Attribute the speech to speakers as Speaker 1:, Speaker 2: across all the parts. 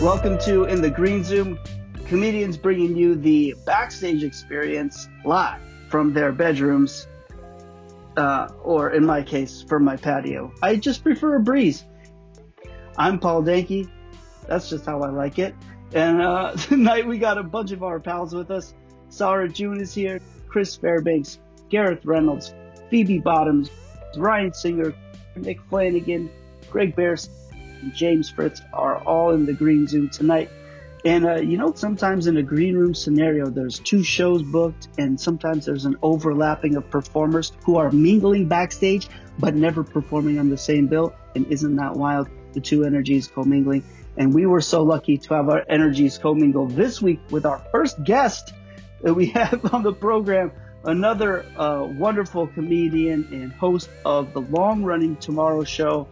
Speaker 1: Welcome to In the Green Zoom, comedians bringing you the backstage experience live from their bedrooms, uh, or in my case, from my patio. I just prefer a breeze. I'm Paul Danke. That's just how I like it. And uh, tonight we got a bunch of our pals with us. Sarah June is here, Chris Fairbanks, Gareth Reynolds, Phoebe Bottoms, Ryan Singer, Nick Flanagan, Greg Bears, and James Fritz are all in the green room tonight. And uh, you know, sometimes in a green room scenario, there's two shows booked, and sometimes there's an overlapping of performers who are mingling backstage but never performing on the same bill. And isn't that wild? The two energies commingling. And we were so lucky to have our energies commingle this week with our first guest that we have on the program, another uh, wonderful comedian and host of the long running Tomorrow Show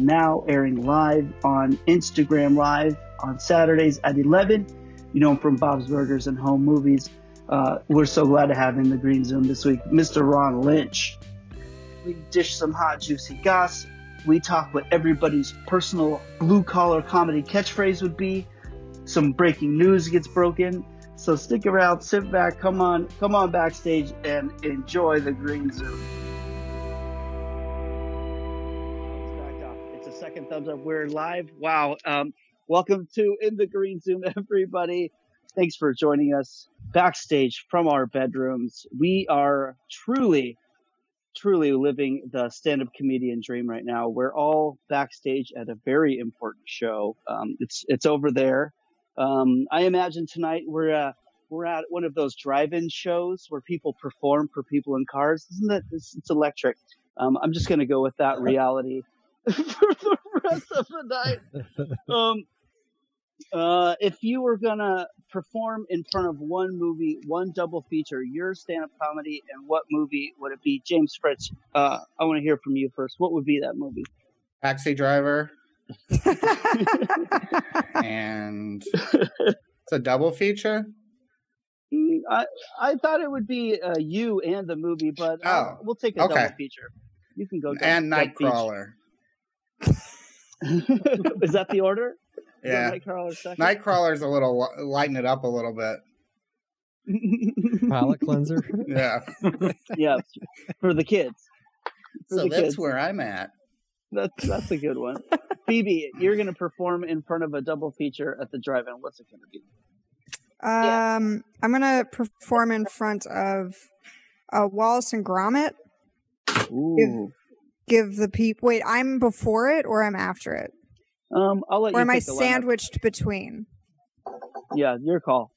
Speaker 1: now airing live on Instagram Live on Saturdays at 11. You know him from Bob's Burgers and Home Movies. Uh, we're so glad to have him in the green room this week, Mr. Ron Lynch. We dish some hot, juicy goss. We talk what everybody's personal blue collar comedy catchphrase would be. Some breaking news gets broken. So stick around, sit back, come on, come on backstage and enjoy the green room. It's a second thumbs up. We're live. Wow. Um, welcome to In the Green Zoom, everybody. Thanks for joining us backstage from our bedrooms. We are truly, truly living the stand up comedian dream right now. We're all backstage at a very important show. Um, it's, it's over there. Um, I imagine tonight we're, uh, we're at one of those drive in shows where people perform for people in cars. Isn't that it's, it's electric? Um, I'm just going to go with that reality for the rest of the night. Um, uh, if you were gonna perform in front of one movie, one double feature, your stand-up comedy, and what movie would it be? James Fritz, uh, I want to hear from you first. What would be that movie?
Speaker 2: Taxi driver. and it's a double feature.
Speaker 1: Mm, I I thought it would be uh, you and the movie, but uh,
Speaker 2: Oh,
Speaker 1: we'll take a
Speaker 2: okay.
Speaker 1: double feature. You can go double,
Speaker 2: And
Speaker 1: double feature.
Speaker 2: Nightcrawler.
Speaker 1: Is that the order? Is
Speaker 2: Yeah.
Speaker 1: that Nightcrawler second.
Speaker 2: Nightcrawler's a little li- lighten it up a little bit.
Speaker 3: palate cleanser.
Speaker 2: Yeah.
Speaker 1: yeah, for the kids. For
Speaker 2: so
Speaker 1: the
Speaker 2: that's
Speaker 1: kids.
Speaker 2: where I'm at.
Speaker 1: That's that's a good one. Phoebe, you're gonna perform in front of a double feature at the drive-in. What's it gonna be?
Speaker 4: Um, I'm gonna perform in front of uh, Wallace and Gromit.
Speaker 1: Ooh.
Speaker 4: Give the peep. Wait, I'm before it or I'm after it,
Speaker 1: Um, I'll let
Speaker 4: or
Speaker 1: you.
Speaker 4: am I
Speaker 1: pick the lineup.
Speaker 4: sandwiched between?
Speaker 1: Yeah, your call.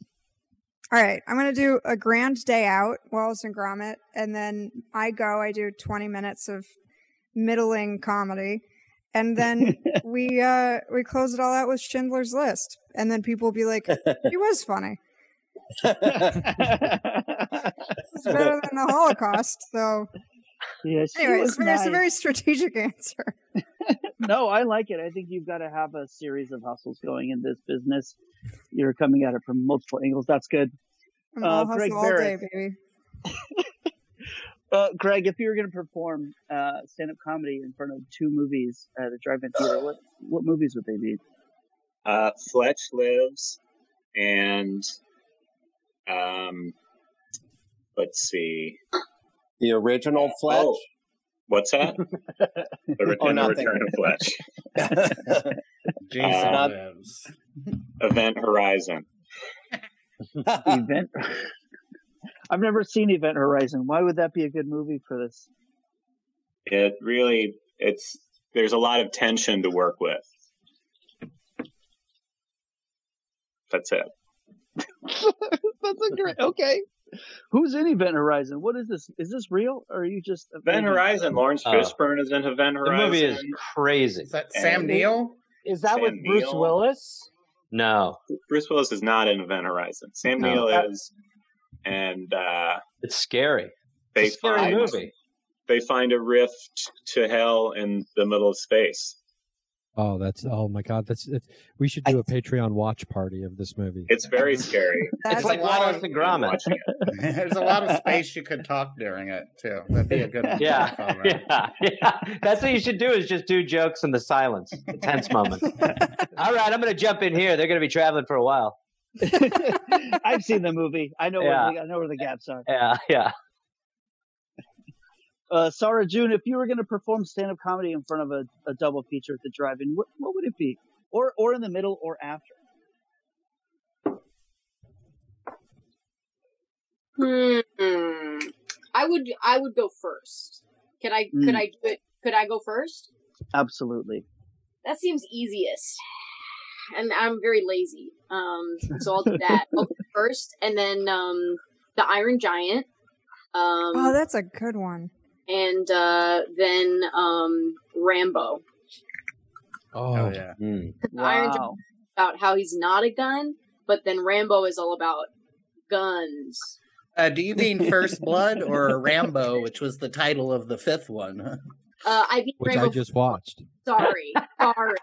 Speaker 4: All right, I'm gonna do a grand day out, Wallace and Gromit, and then I go. I do 20 minutes of middling comedy, and then we uh we close it all out with Schindler's List, and then people will be like, "He was funny.
Speaker 1: yeah,
Speaker 4: It's better than the Holocaust." So
Speaker 1: she
Speaker 4: anyway,
Speaker 1: was
Speaker 4: it's, very, it's a
Speaker 1: nice.
Speaker 4: very strategic answer.
Speaker 1: No, I like it. I think you've got to have a series of hustles going in this business. You're coming at it from multiple angles. That's good.
Speaker 4: I'm
Speaker 1: Uh,
Speaker 4: all
Speaker 1: Greg
Speaker 4: hustle all day,
Speaker 1: Barrett.
Speaker 4: baby.
Speaker 1: Uh, Greg, if you were going to perform uh, stand-up comedy in front of two movies at a drive-in theater, what what movies would they be?
Speaker 5: uh, Fletch lives, and um, let's see,
Speaker 6: The original Fletch.
Speaker 5: Oh. what's that? the Return,
Speaker 6: Oh,
Speaker 5: The
Speaker 6: nothing.
Speaker 5: Return of Fletch,
Speaker 2: Jason
Speaker 5: Uh,
Speaker 2: lives.
Speaker 5: Event Horizon.
Speaker 1: Event. I've never seen Event Horizon. Why would that be a good movie for this?
Speaker 5: It really, it's there's a lot of tension to work with. That's it.
Speaker 1: That's a great. Okay. Who's in Event Horizon? What is this? Is this real, or are you just
Speaker 6: Mm-hmm.
Speaker 5: Event Horizon. Lawrence
Speaker 7: Uh,
Speaker 5: Fishburne is in Event
Speaker 7: The
Speaker 5: Horizon.
Speaker 7: movie is crazy.
Speaker 2: Is that Sam
Speaker 5: And-
Speaker 2: Neill?
Speaker 6: Is that with
Speaker 5: Sam
Speaker 6: Bruce
Speaker 5: Neill.
Speaker 6: Willis?
Speaker 7: No,
Speaker 5: Bruce Willis is not in Event Horizon. Sam
Speaker 7: No.
Speaker 5: Neill is, and uh,
Speaker 7: it's scary.
Speaker 5: they
Speaker 7: it's a scary
Speaker 5: find
Speaker 7: movie.
Speaker 5: they find a rift to hell in the middle of space.
Speaker 3: Oh, that's oh my god, that's it, we should do a Patreon watch party of this movie.
Speaker 5: It's very scary.
Speaker 4: That's
Speaker 7: it's like
Speaker 8: a lot
Speaker 7: Wallace
Speaker 8: of-
Speaker 7: and Gromit.
Speaker 5: Watching it.
Speaker 8: There's a lot of space you could talk during it too. That'd be a good one.
Speaker 7: Yeah. yeah, yeah. That's what you should do is just do jokes in the silence, the tense moment. All right, I'm going to jump in here. They're going to be traveling for a while.
Speaker 9: I've seen the movie. I know
Speaker 7: Yeah.
Speaker 9: where the, I know where the gaps are.
Speaker 7: Yeah, yeah.
Speaker 9: Uh, Sarah June, if you were going to perform stand-up comedy in front of a, a double feature at the drive-in, what, what would it be? Or or in the middle or after?
Speaker 10: Hmm. I would I would go first. Could I could
Speaker 3: Hmm.
Speaker 9: Mm.
Speaker 10: I do it? Could I go first?
Speaker 9: Absolutely.
Speaker 10: That seems easiest. And I'm very lazy. Um so I'll do that. I'll go first and then um the Iron Giant. Um
Speaker 4: Oh, that's a good one.
Speaker 10: and uh then um Rambo.
Speaker 3: Oh,
Speaker 8: Oh yeah.
Speaker 6: Hmm.
Speaker 7: Mm.
Speaker 10: The Iron Giant
Speaker 9: Wow.
Speaker 10: is about how he's not a gun, but then Rambo is all about guns.
Speaker 8: Uh, do you mean First Blood or Rambo, which was the title of the fifth one?
Speaker 10: Uh I think
Speaker 3: which
Speaker 10: Rambo
Speaker 3: I just watched.
Speaker 10: sorry. Sorry.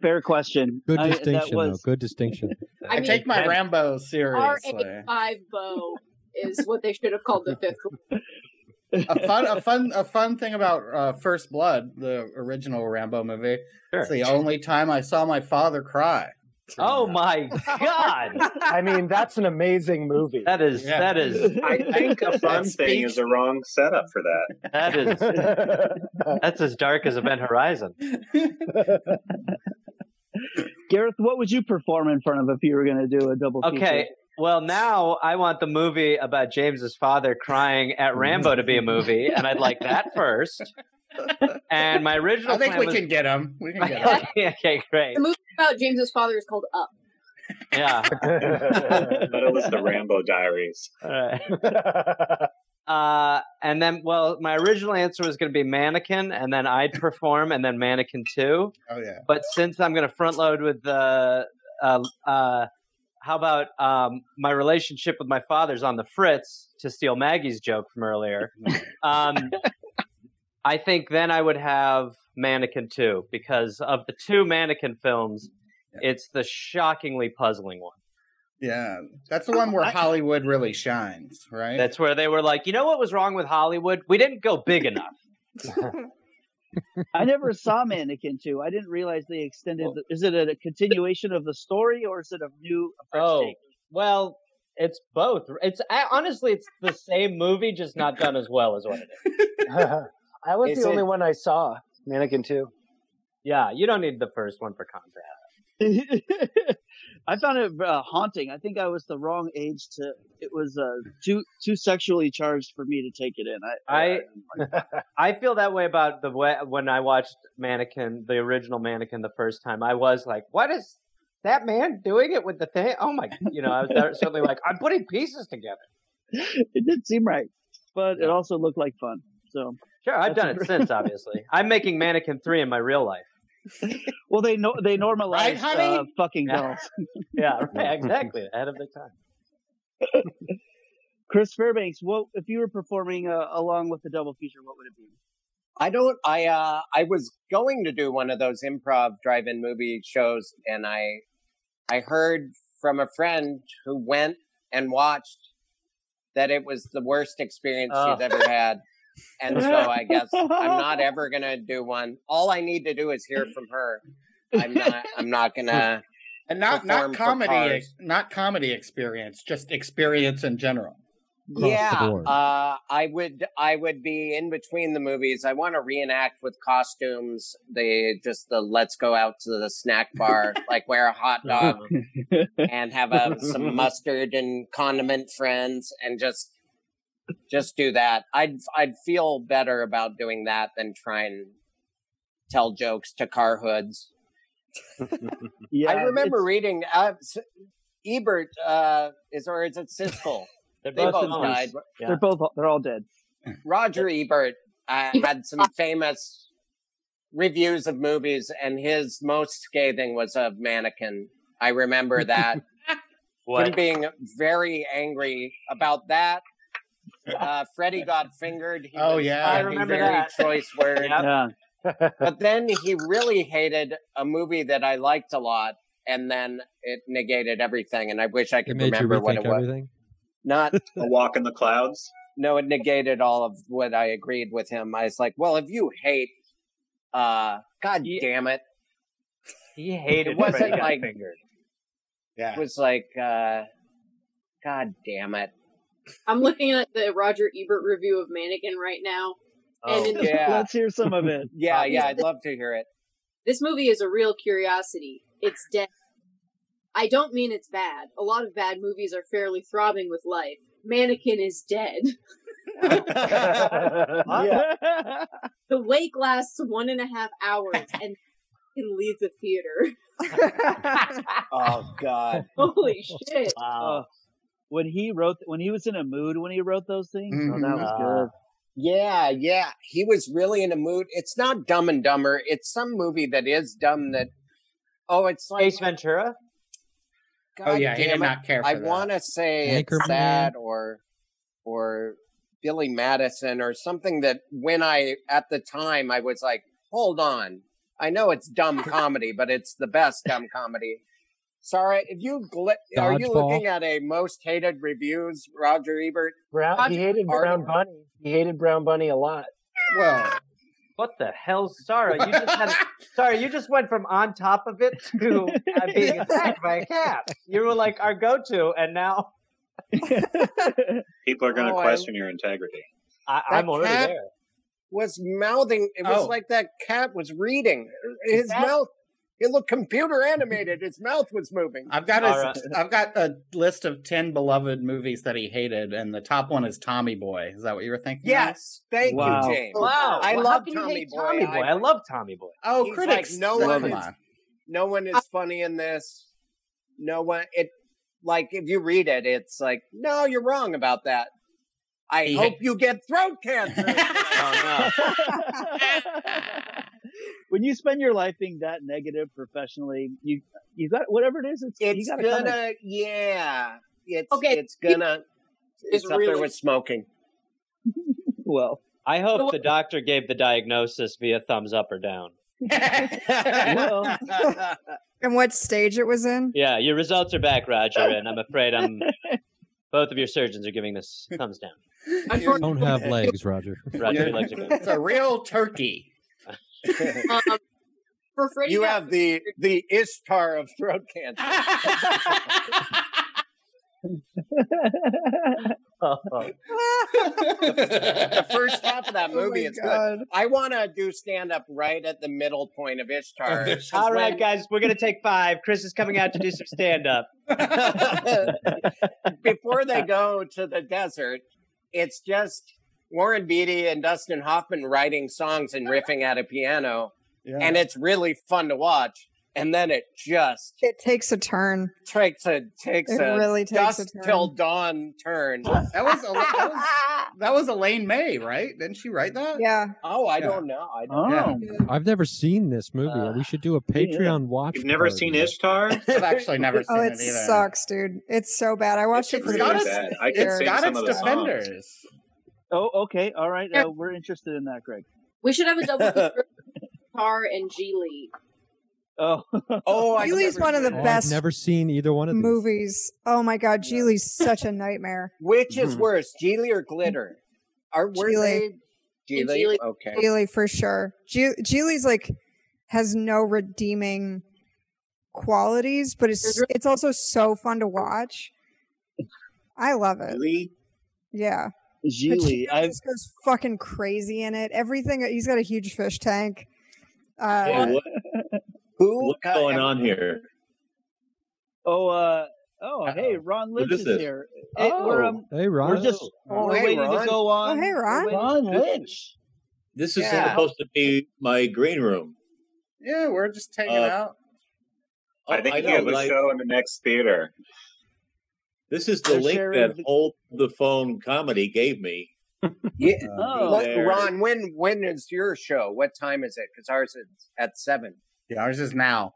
Speaker 9: Fair question.
Speaker 3: Good
Speaker 9: I-
Speaker 3: distinction,
Speaker 9: that was
Speaker 3: though. Good distinction.
Speaker 8: I,
Speaker 10: I mean
Speaker 8: take my Rambo seriously.
Speaker 10: RA five bow is what they should have called the fifth one.
Speaker 8: a fun, a fun, a fun thing about uh, First Blood, the original Rambo movie.
Speaker 7: Sure.
Speaker 8: It's the only time I saw my father cry.
Speaker 7: Oh my god,
Speaker 11: I mean, that's an amazing movie.
Speaker 7: that is
Speaker 8: Yeah.
Speaker 7: that is
Speaker 5: I think a fun
Speaker 8: That
Speaker 5: thing is a
Speaker 8: speech.
Speaker 5: wrong setup for that.
Speaker 7: that is that's as dark as Event Horizon.
Speaker 9: Gareth. What would you perform in front of if you were going to do a double?
Speaker 7: Okay.
Speaker 9: feature?
Speaker 7: Well, now I want the movie about James's father crying at Rambo to be a movie, and I'd like that first. And my original
Speaker 8: I think
Speaker 7: plan
Speaker 8: we
Speaker 7: was-
Speaker 8: can get him. We can get him.
Speaker 7: okay, great.
Speaker 10: The movie about James's father is called Up.
Speaker 7: Yeah.
Speaker 5: But it was the Rambo Diaries.
Speaker 7: All right. Uh, and then, well, my original answer was going to be Mannequin, and then I'd perform, and then Mannequin 2.
Speaker 8: Oh yeah.
Speaker 7: But since I'm going to front load with the, uh, uh, how about um, my relationship with my father's on the fritz to steal Maggie's joke from earlier? Um, I think then I would have Mannequin 2 because of the two Mannequin films, it's the shockingly puzzling one.
Speaker 8: Yeah, that's the one where Hollywood really shines, right?
Speaker 7: That's where they were like, you know what was wrong with Hollywood? We didn't go big enough.
Speaker 9: I never saw Mannequin Two. I didn't realize they extended. the, is it a, continuation of the story or is it a new? A fresh
Speaker 7: Oh.
Speaker 9: take?
Speaker 7: Well, it's both. It's I, honestly, it's the same movie, just not done as well as what it is.
Speaker 11: I was
Speaker 6: Is
Speaker 11: the only
Speaker 6: it-
Speaker 11: one I saw. Mannequin too.
Speaker 7: Yeah, you don't need the first one for context.
Speaker 9: I found it uh, haunting. I think I was the wrong age to. It was uh, too too sexually charged for me to take it in. I,
Speaker 7: I- I feel that way about the way when I watched Mannequin, the original Mannequin, the first time. I was like, what is that man doing it with the thing? Oh my! You know, I was suddenly like, I'm putting pieces together.
Speaker 9: it did seem right, but it also looked like fun. So
Speaker 7: Sure, I've
Speaker 9: That's
Speaker 7: done
Speaker 9: a
Speaker 7: it
Speaker 9: great-
Speaker 7: since. Obviously, I'm making Mannequin three in my real life.
Speaker 9: well, they no- they normalized
Speaker 8: Right, honey?
Speaker 9: uh, fucking
Speaker 7: Yeah.
Speaker 9: dolls.
Speaker 7: Yeah, right, exactly. Ahead of the time.
Speaker 9: Chris Fairbanks, what if you were performing uh, along with the double feature? What would it be?
Speaker 6: I don't. I uh, I was going to do one of those improv drive-in movie shows, and I I heard from a friend who went and watched that it was the worst experience she's
Speaker 7: Oh.
Speaker 6: ever had, and so I guess I'm not ever gonna do one. All I need to do is hear from her. I'm not. I'm not
Speaker 7: uh,
Speaker 6: gonna.
Speaker 8: and not not
Speaker 6: perform for
Speaker 8: comedy,
Speaker 6: cars.
Speaker 8: not comedy experience, just experience in general.
Speaker 3: Across the
Speaker 6: yeah,
Speaker 3: board.
Speaker 6: uh, I would. I would be in between the movies. I want to reenact with costumes. The just the let's go out to the snack bar, like wear a hot dog and have uh some mustard and condiment friends, and just just do that. I'd I'd feel better about doing that than try and tell jokes to car hoods.
Speaker 9: Yeah,
Speaker 6: I remember
Speaker 9: it's-
Speaker 6: reading uh, S- Ebert uh, is or is it Siskel?
Speaker 7: They're
Speaker 6: They both
Speaker 7: gone.
Speaker 6: died.
Speaker 9: they're both they're all dead.
Speaker 6: Roger Ebert uh, had some famous reviews of movies, and his most scathing was of Mannequin. I remember that him
Speaker 7: What?
Speaker 6: being very angry about that. Uh, Freddie got fingered. He
Speaker 8: Oh,
Speaker 6: was
Speaker 8: yeah.
Speaker 7: I
Speaker 6: having
Speaker 7: remember
Speaker 6: very
Speaker 7: that.
Speaker 6: choice words.
Speaker 7: Yep.
Speaker 9: Yeah,
Speaker 6: but then he really hated a movie that I liked a lot, and then it negated everything. And I wish I
Speaker 3: It
Speaker 6: could
Speaker 3: made you
Speaker 6: remember what it
Speaker 3: rethink
Speaker 6: was.
Speaker 3: everything.
Speaker 6: Not
Speaker 5: A Walk in the Clouds.
Speaker 6: no, it negated all of what I agreed with him. I was like, well, if you hate, uh, god
Speaker 7: Ye-
Speaker 6: damn it,
Speaker 7: He hated
Speaker 6: It wasn't
Speaker 7: Freddy Got
Speaker 6: like-
Speaker 7: Fingered.
Speaker 2: Yeah.
Speaker 6: it was like, uh, god damn it.
Speaker 10: I'm looking at the Roger Ebert review of Mannequin right now.
Speaker 6: Oh,
Speaker 10: And in the-
Speaker 6: yeah,
Speaker 1: Let's hear some of it.
Speaker 6: yeah, yeah.
Speaker 10: Obviously.
Speaker 6: I'd love to hear it.
Speaker 10: This movie is a real curiosity. It's dead. I don't mean it's bad. A lot of bad movies are fairly throbbing with life. Mannequin is dead.
Speaker 11: yeah.
Speaker 10: The wake lasts one and a half hours and can leave the theater.
Speaker 6: Oh god.
Speaker 10: Holy shit.
Speaker 9: Uh,
Speaker 7: Wow.
Speaker 1: When he wrote, when he was in a mood, when he wrote those things, oh, that was
Speaker 7: Mhm.
Speaker 1: good.
Speaker 6: Yeah, yeah. He was really in a mood. It's not Dumb and Dumber. It's some movie that is dumb that Oh, it's like
Speaker 7: Ace Ventura.
Speaker 6: god
Speaker 2: oh yeah, he
Speaker 6: damn
Speaker 2: did
Speaker 6: it.
Speaker 2: not care. For
Speaker 6: I
Speaker 2: that.
Speaker 6: want to say
Speaker 3: Anchorman.
Speaker 6: it's that or or Billy Madison or something that when I at the time I was like, hold on, I know it's dumb comedy, but it's the best dumb comedy. Sorry, if you gl- are you
Speaker 3: Dodgeball.
Speaker 6: looking at a most hated reviews, Roger Ebert?
Speaker 11: Brown, he hated Brown Bunny. He hated Brown Bunny a lot.
Speaker 2: Well,
Speaker 7: What the hell, Sarah? You just had, Sarah, you just went from on top of it to uh, being attacked by a cat. You were like our go-to, and now
Speaker 5: People are going to
Speaker 6: Oh, I-
Speaker 5: question your integrity.
Speaker 7: I,
Speaker 6: That
Speaker 7: I'm already
Speaker 6: cat-
Speaker 7: there.
Speaker 6: Was mouthing. It was
Speaker 2: Oh.
Speaker 6: like that cat was reading. His
Speaker 7: That-
Speaker 6: mouth. It looked computer animated. His mouth was moving.
Speaker 2: I've got
Speaker 7: All
Speaker 2: a,
Speaker 7: right.
Speaker 2: have got a list of ten beloved movies that he hated, and the top one is Tommy Boy. Is that what you were thinking?
Speaker 6: Yes, thank
Speaker 1: Wow.
Speaker 6: you, James.
Speaker 7: Wow,
Speaker 6: I
Speaker 7: well, how
Speaker 6: love
Speaker 7: can you
Speaker 6: Tommy
Speaker 7: hate
Speaker 6: Boy.
Speaker 7: Tommy Boy. I,
Speaker 6: I-
Speaker 7: love Tommy Boy.
Speaker 2: Oh,
Speaker 6: He's
Speaker 2: critics,
Speaker 6: like, no
Speaker 2: no
Speaker 6: one
Speaker 2: come
Speaker 6: is-
Speaker 2: on.
Speaker 6: no one is funny in this. No one. It like if you read it, it's like no, you're wrong about that. I
Speaker 2: He
Speaker 6: hope
Speaker 2: hate-
Speaker 6: you get throat cancer.
Speaker 7: Oh,
Speaker 1: when you spend your life being that negative professionally, you you got whatever it is. It's, you
Speaker 6: it's
Speaker 1: gotta
Speaker 6: gonna,
Speaker 1: kinda-
Speaker 6: yeah. It's
Speaker 10: Okay,
Speaker 6: It's gonna. It's, up
Speaker 10: really-
Speaker 6: there with smoking.
Speaker 1: well.
Speaker 7: I
Speaker 10: No.
Speaker 7: hope the doctor gave the diagnosis via thumbs up or down.
Speaker 1: Well.
Speaker 4: and what stage it was in?
Speaker 7: Yeah, your results are back, Roger, and I'm afraid I'm. Both of your surgeons are giving this thumbs down.
Speaker 10: Unfortunately,
Speaker 3: Don't have legs, Roger.
Speaker 7: Roger,
Speaker 2: You're-
Speaker 7: your legs are good.
Speaker 2: it's a real turkey.
Speaker 7: Uh,
Speaker 10: um, for Freddie,
Speaker 6: you
Speaker 10: Got-
Speaker 6: have the the Ishtar of throat cancer. Oh. The first half of
Speaker 4: Oh
Speaker 6: that movie is good. I want to do stand up right at the middle point of Ishtar.
Speaker 2: Of Ishtar.
Speaker 7: All right, guys, we're gonna take five. Chris is coming out to do some stand up.
Speaker 6: Before they go to the desert, it's just Warren Beatty and Dustin Hoffman writing songs and riffing at a piano,
Speaker 2: Yeah.
Speaker 6: and it's really fun to watch. And then it just
Speaker 4: It takes a turn.
Speaker 6: takes a takes
Speaker 4: It
Speaker 6: a
Speaker 4: really takes a
Speaker 6: dusk till
Speaker 4: turn.
Speaker 6: dawn turn.
Speaker 2: that was, Ela- that was that was Elaine May, right? Didn't she write that?
Speaker 4: Yeah.
Speaker 6: Oh, I
Speaker 2: Yeah.
Speaker 6: don't know. I don't.
Speaker 1: Oh,
Speaker 3: I've never seen this movie.
Speaker 7: Uh,
Speaker 3: we should do a Patreon watch.
Speaker 5: You've never
Speaker 3: party.
Speaker 5: seen Ishtar?
Speaker 2: I've actually never seen
Speaker 4: Oh,
Speaker 2: it,
Speaker 4: it
Speaker 2: either.
Speaker 4: sucks, dude. It's so bad. I watched it
Speaker 5: It's
Speaker 4: for the
Speaker 2: got
Speaker 4: first
Speaker 2: us-
Speaker 4: time this
Speaker 5: I could
Speaker 4: year.
Speaker 5: sing
Speaker 2: It's got
Speaker 5: some
Speaker 2: its
Speaker 5: of the songs.
Speaker 2: defenders.
Speaker 1: oh, okay, all right. Uh, we're interested in that, Greg.
Speaker 10: we should have a double feature of Tar and G Lee.
Speaker 1: Oh,
Speaker 6: Oh, I
Speaker 4: Julie's
Speaker 6: never
Speaker 4: one of
Speaker 6: seen
Speaker 4: the
Speaker 3: Oh,
Speaker 6: it.
Speaker 4: best
Speaker 3: I've never seen either one of these.
Speaker 4: Movies. Oh my god, Geely's such a nightmare.
Speaker 6: Which is
Speaker 2: Mhm.
Speaker 6: worse, Geely or Glitter? Are were
Speaker 4: Mm-hmm. Geely.
Speaker 6: they
Speaker 10: And
Speaker 6: Geely?
Speaker 10: Geely-
Speaker 6: Okay.
Speaker 4: Geely for sure. Ge- Geely's like has no redeeming qualities, but it's it's also so fun to watch. I love it.
Speaker 5: Really?
Speaker 4: Yeah,
Speaker 1: Geely.
Speaker 4: Pacino
Speaker 1: I've
Speaker 4: just goes fucking crazy in it. Everything he's got a huge fish tank. Uh,
Speaker 11: Hey, what-
Speaker 6: Who
Speaker 12: What's
Speaker 6: got-
Speaker 12: going on here?
Speaker 1: oh uh oh
Speaker 2: Uh-oh.
Speaker 1: hey Ron
Speaker 12: What
Speaker 1: Lynch
Speaker 12: is
Speaker 1: is
Speaker 12: this?
Speaker 1: here. Hey,
Speaker 11: Oh.
Speaker 1: we're um
Speaker 3: Hey, Ron.
Speaker 11: We're just
Speaker 2: Oh,
Speaker 11: we're
Speaker 6: hey,
Speaker 11: waiting
Speaker 6: Ron.
Speaker 11: to go
Speaker 4: oh
Speaker 11: on.
Speaker 4: hey Ron,
Speaker 1: Ron Lynch.
Speaker 12: This is
Speaker 6: Yeah.
Speaker 12: supposed to be my green room.
Speaker 2: Yeah, we're just hanging
Speaker 12: Uh,
Speaker 2: out.
Speaker 5: I
Speaker 12: Oh,
Speaker 5: think you have a show in the next theater.
Speaker 12: This is the
Speaker 1: They're
Speaker 12: link
Speaker 1: sharing
Speaker 12: that
Speaker 1: the-
Speaker 12: Hold the Phone Comedy gave me. Uh,
Speaker 6: Yeah.
Speaker 1: Oh.
Speaker 6: What-
Speaker 12: There.
Speaker 6: Ron, when when is your show? What time is it? Because ours is at seven
Speaker 2: Yeah, ours is now.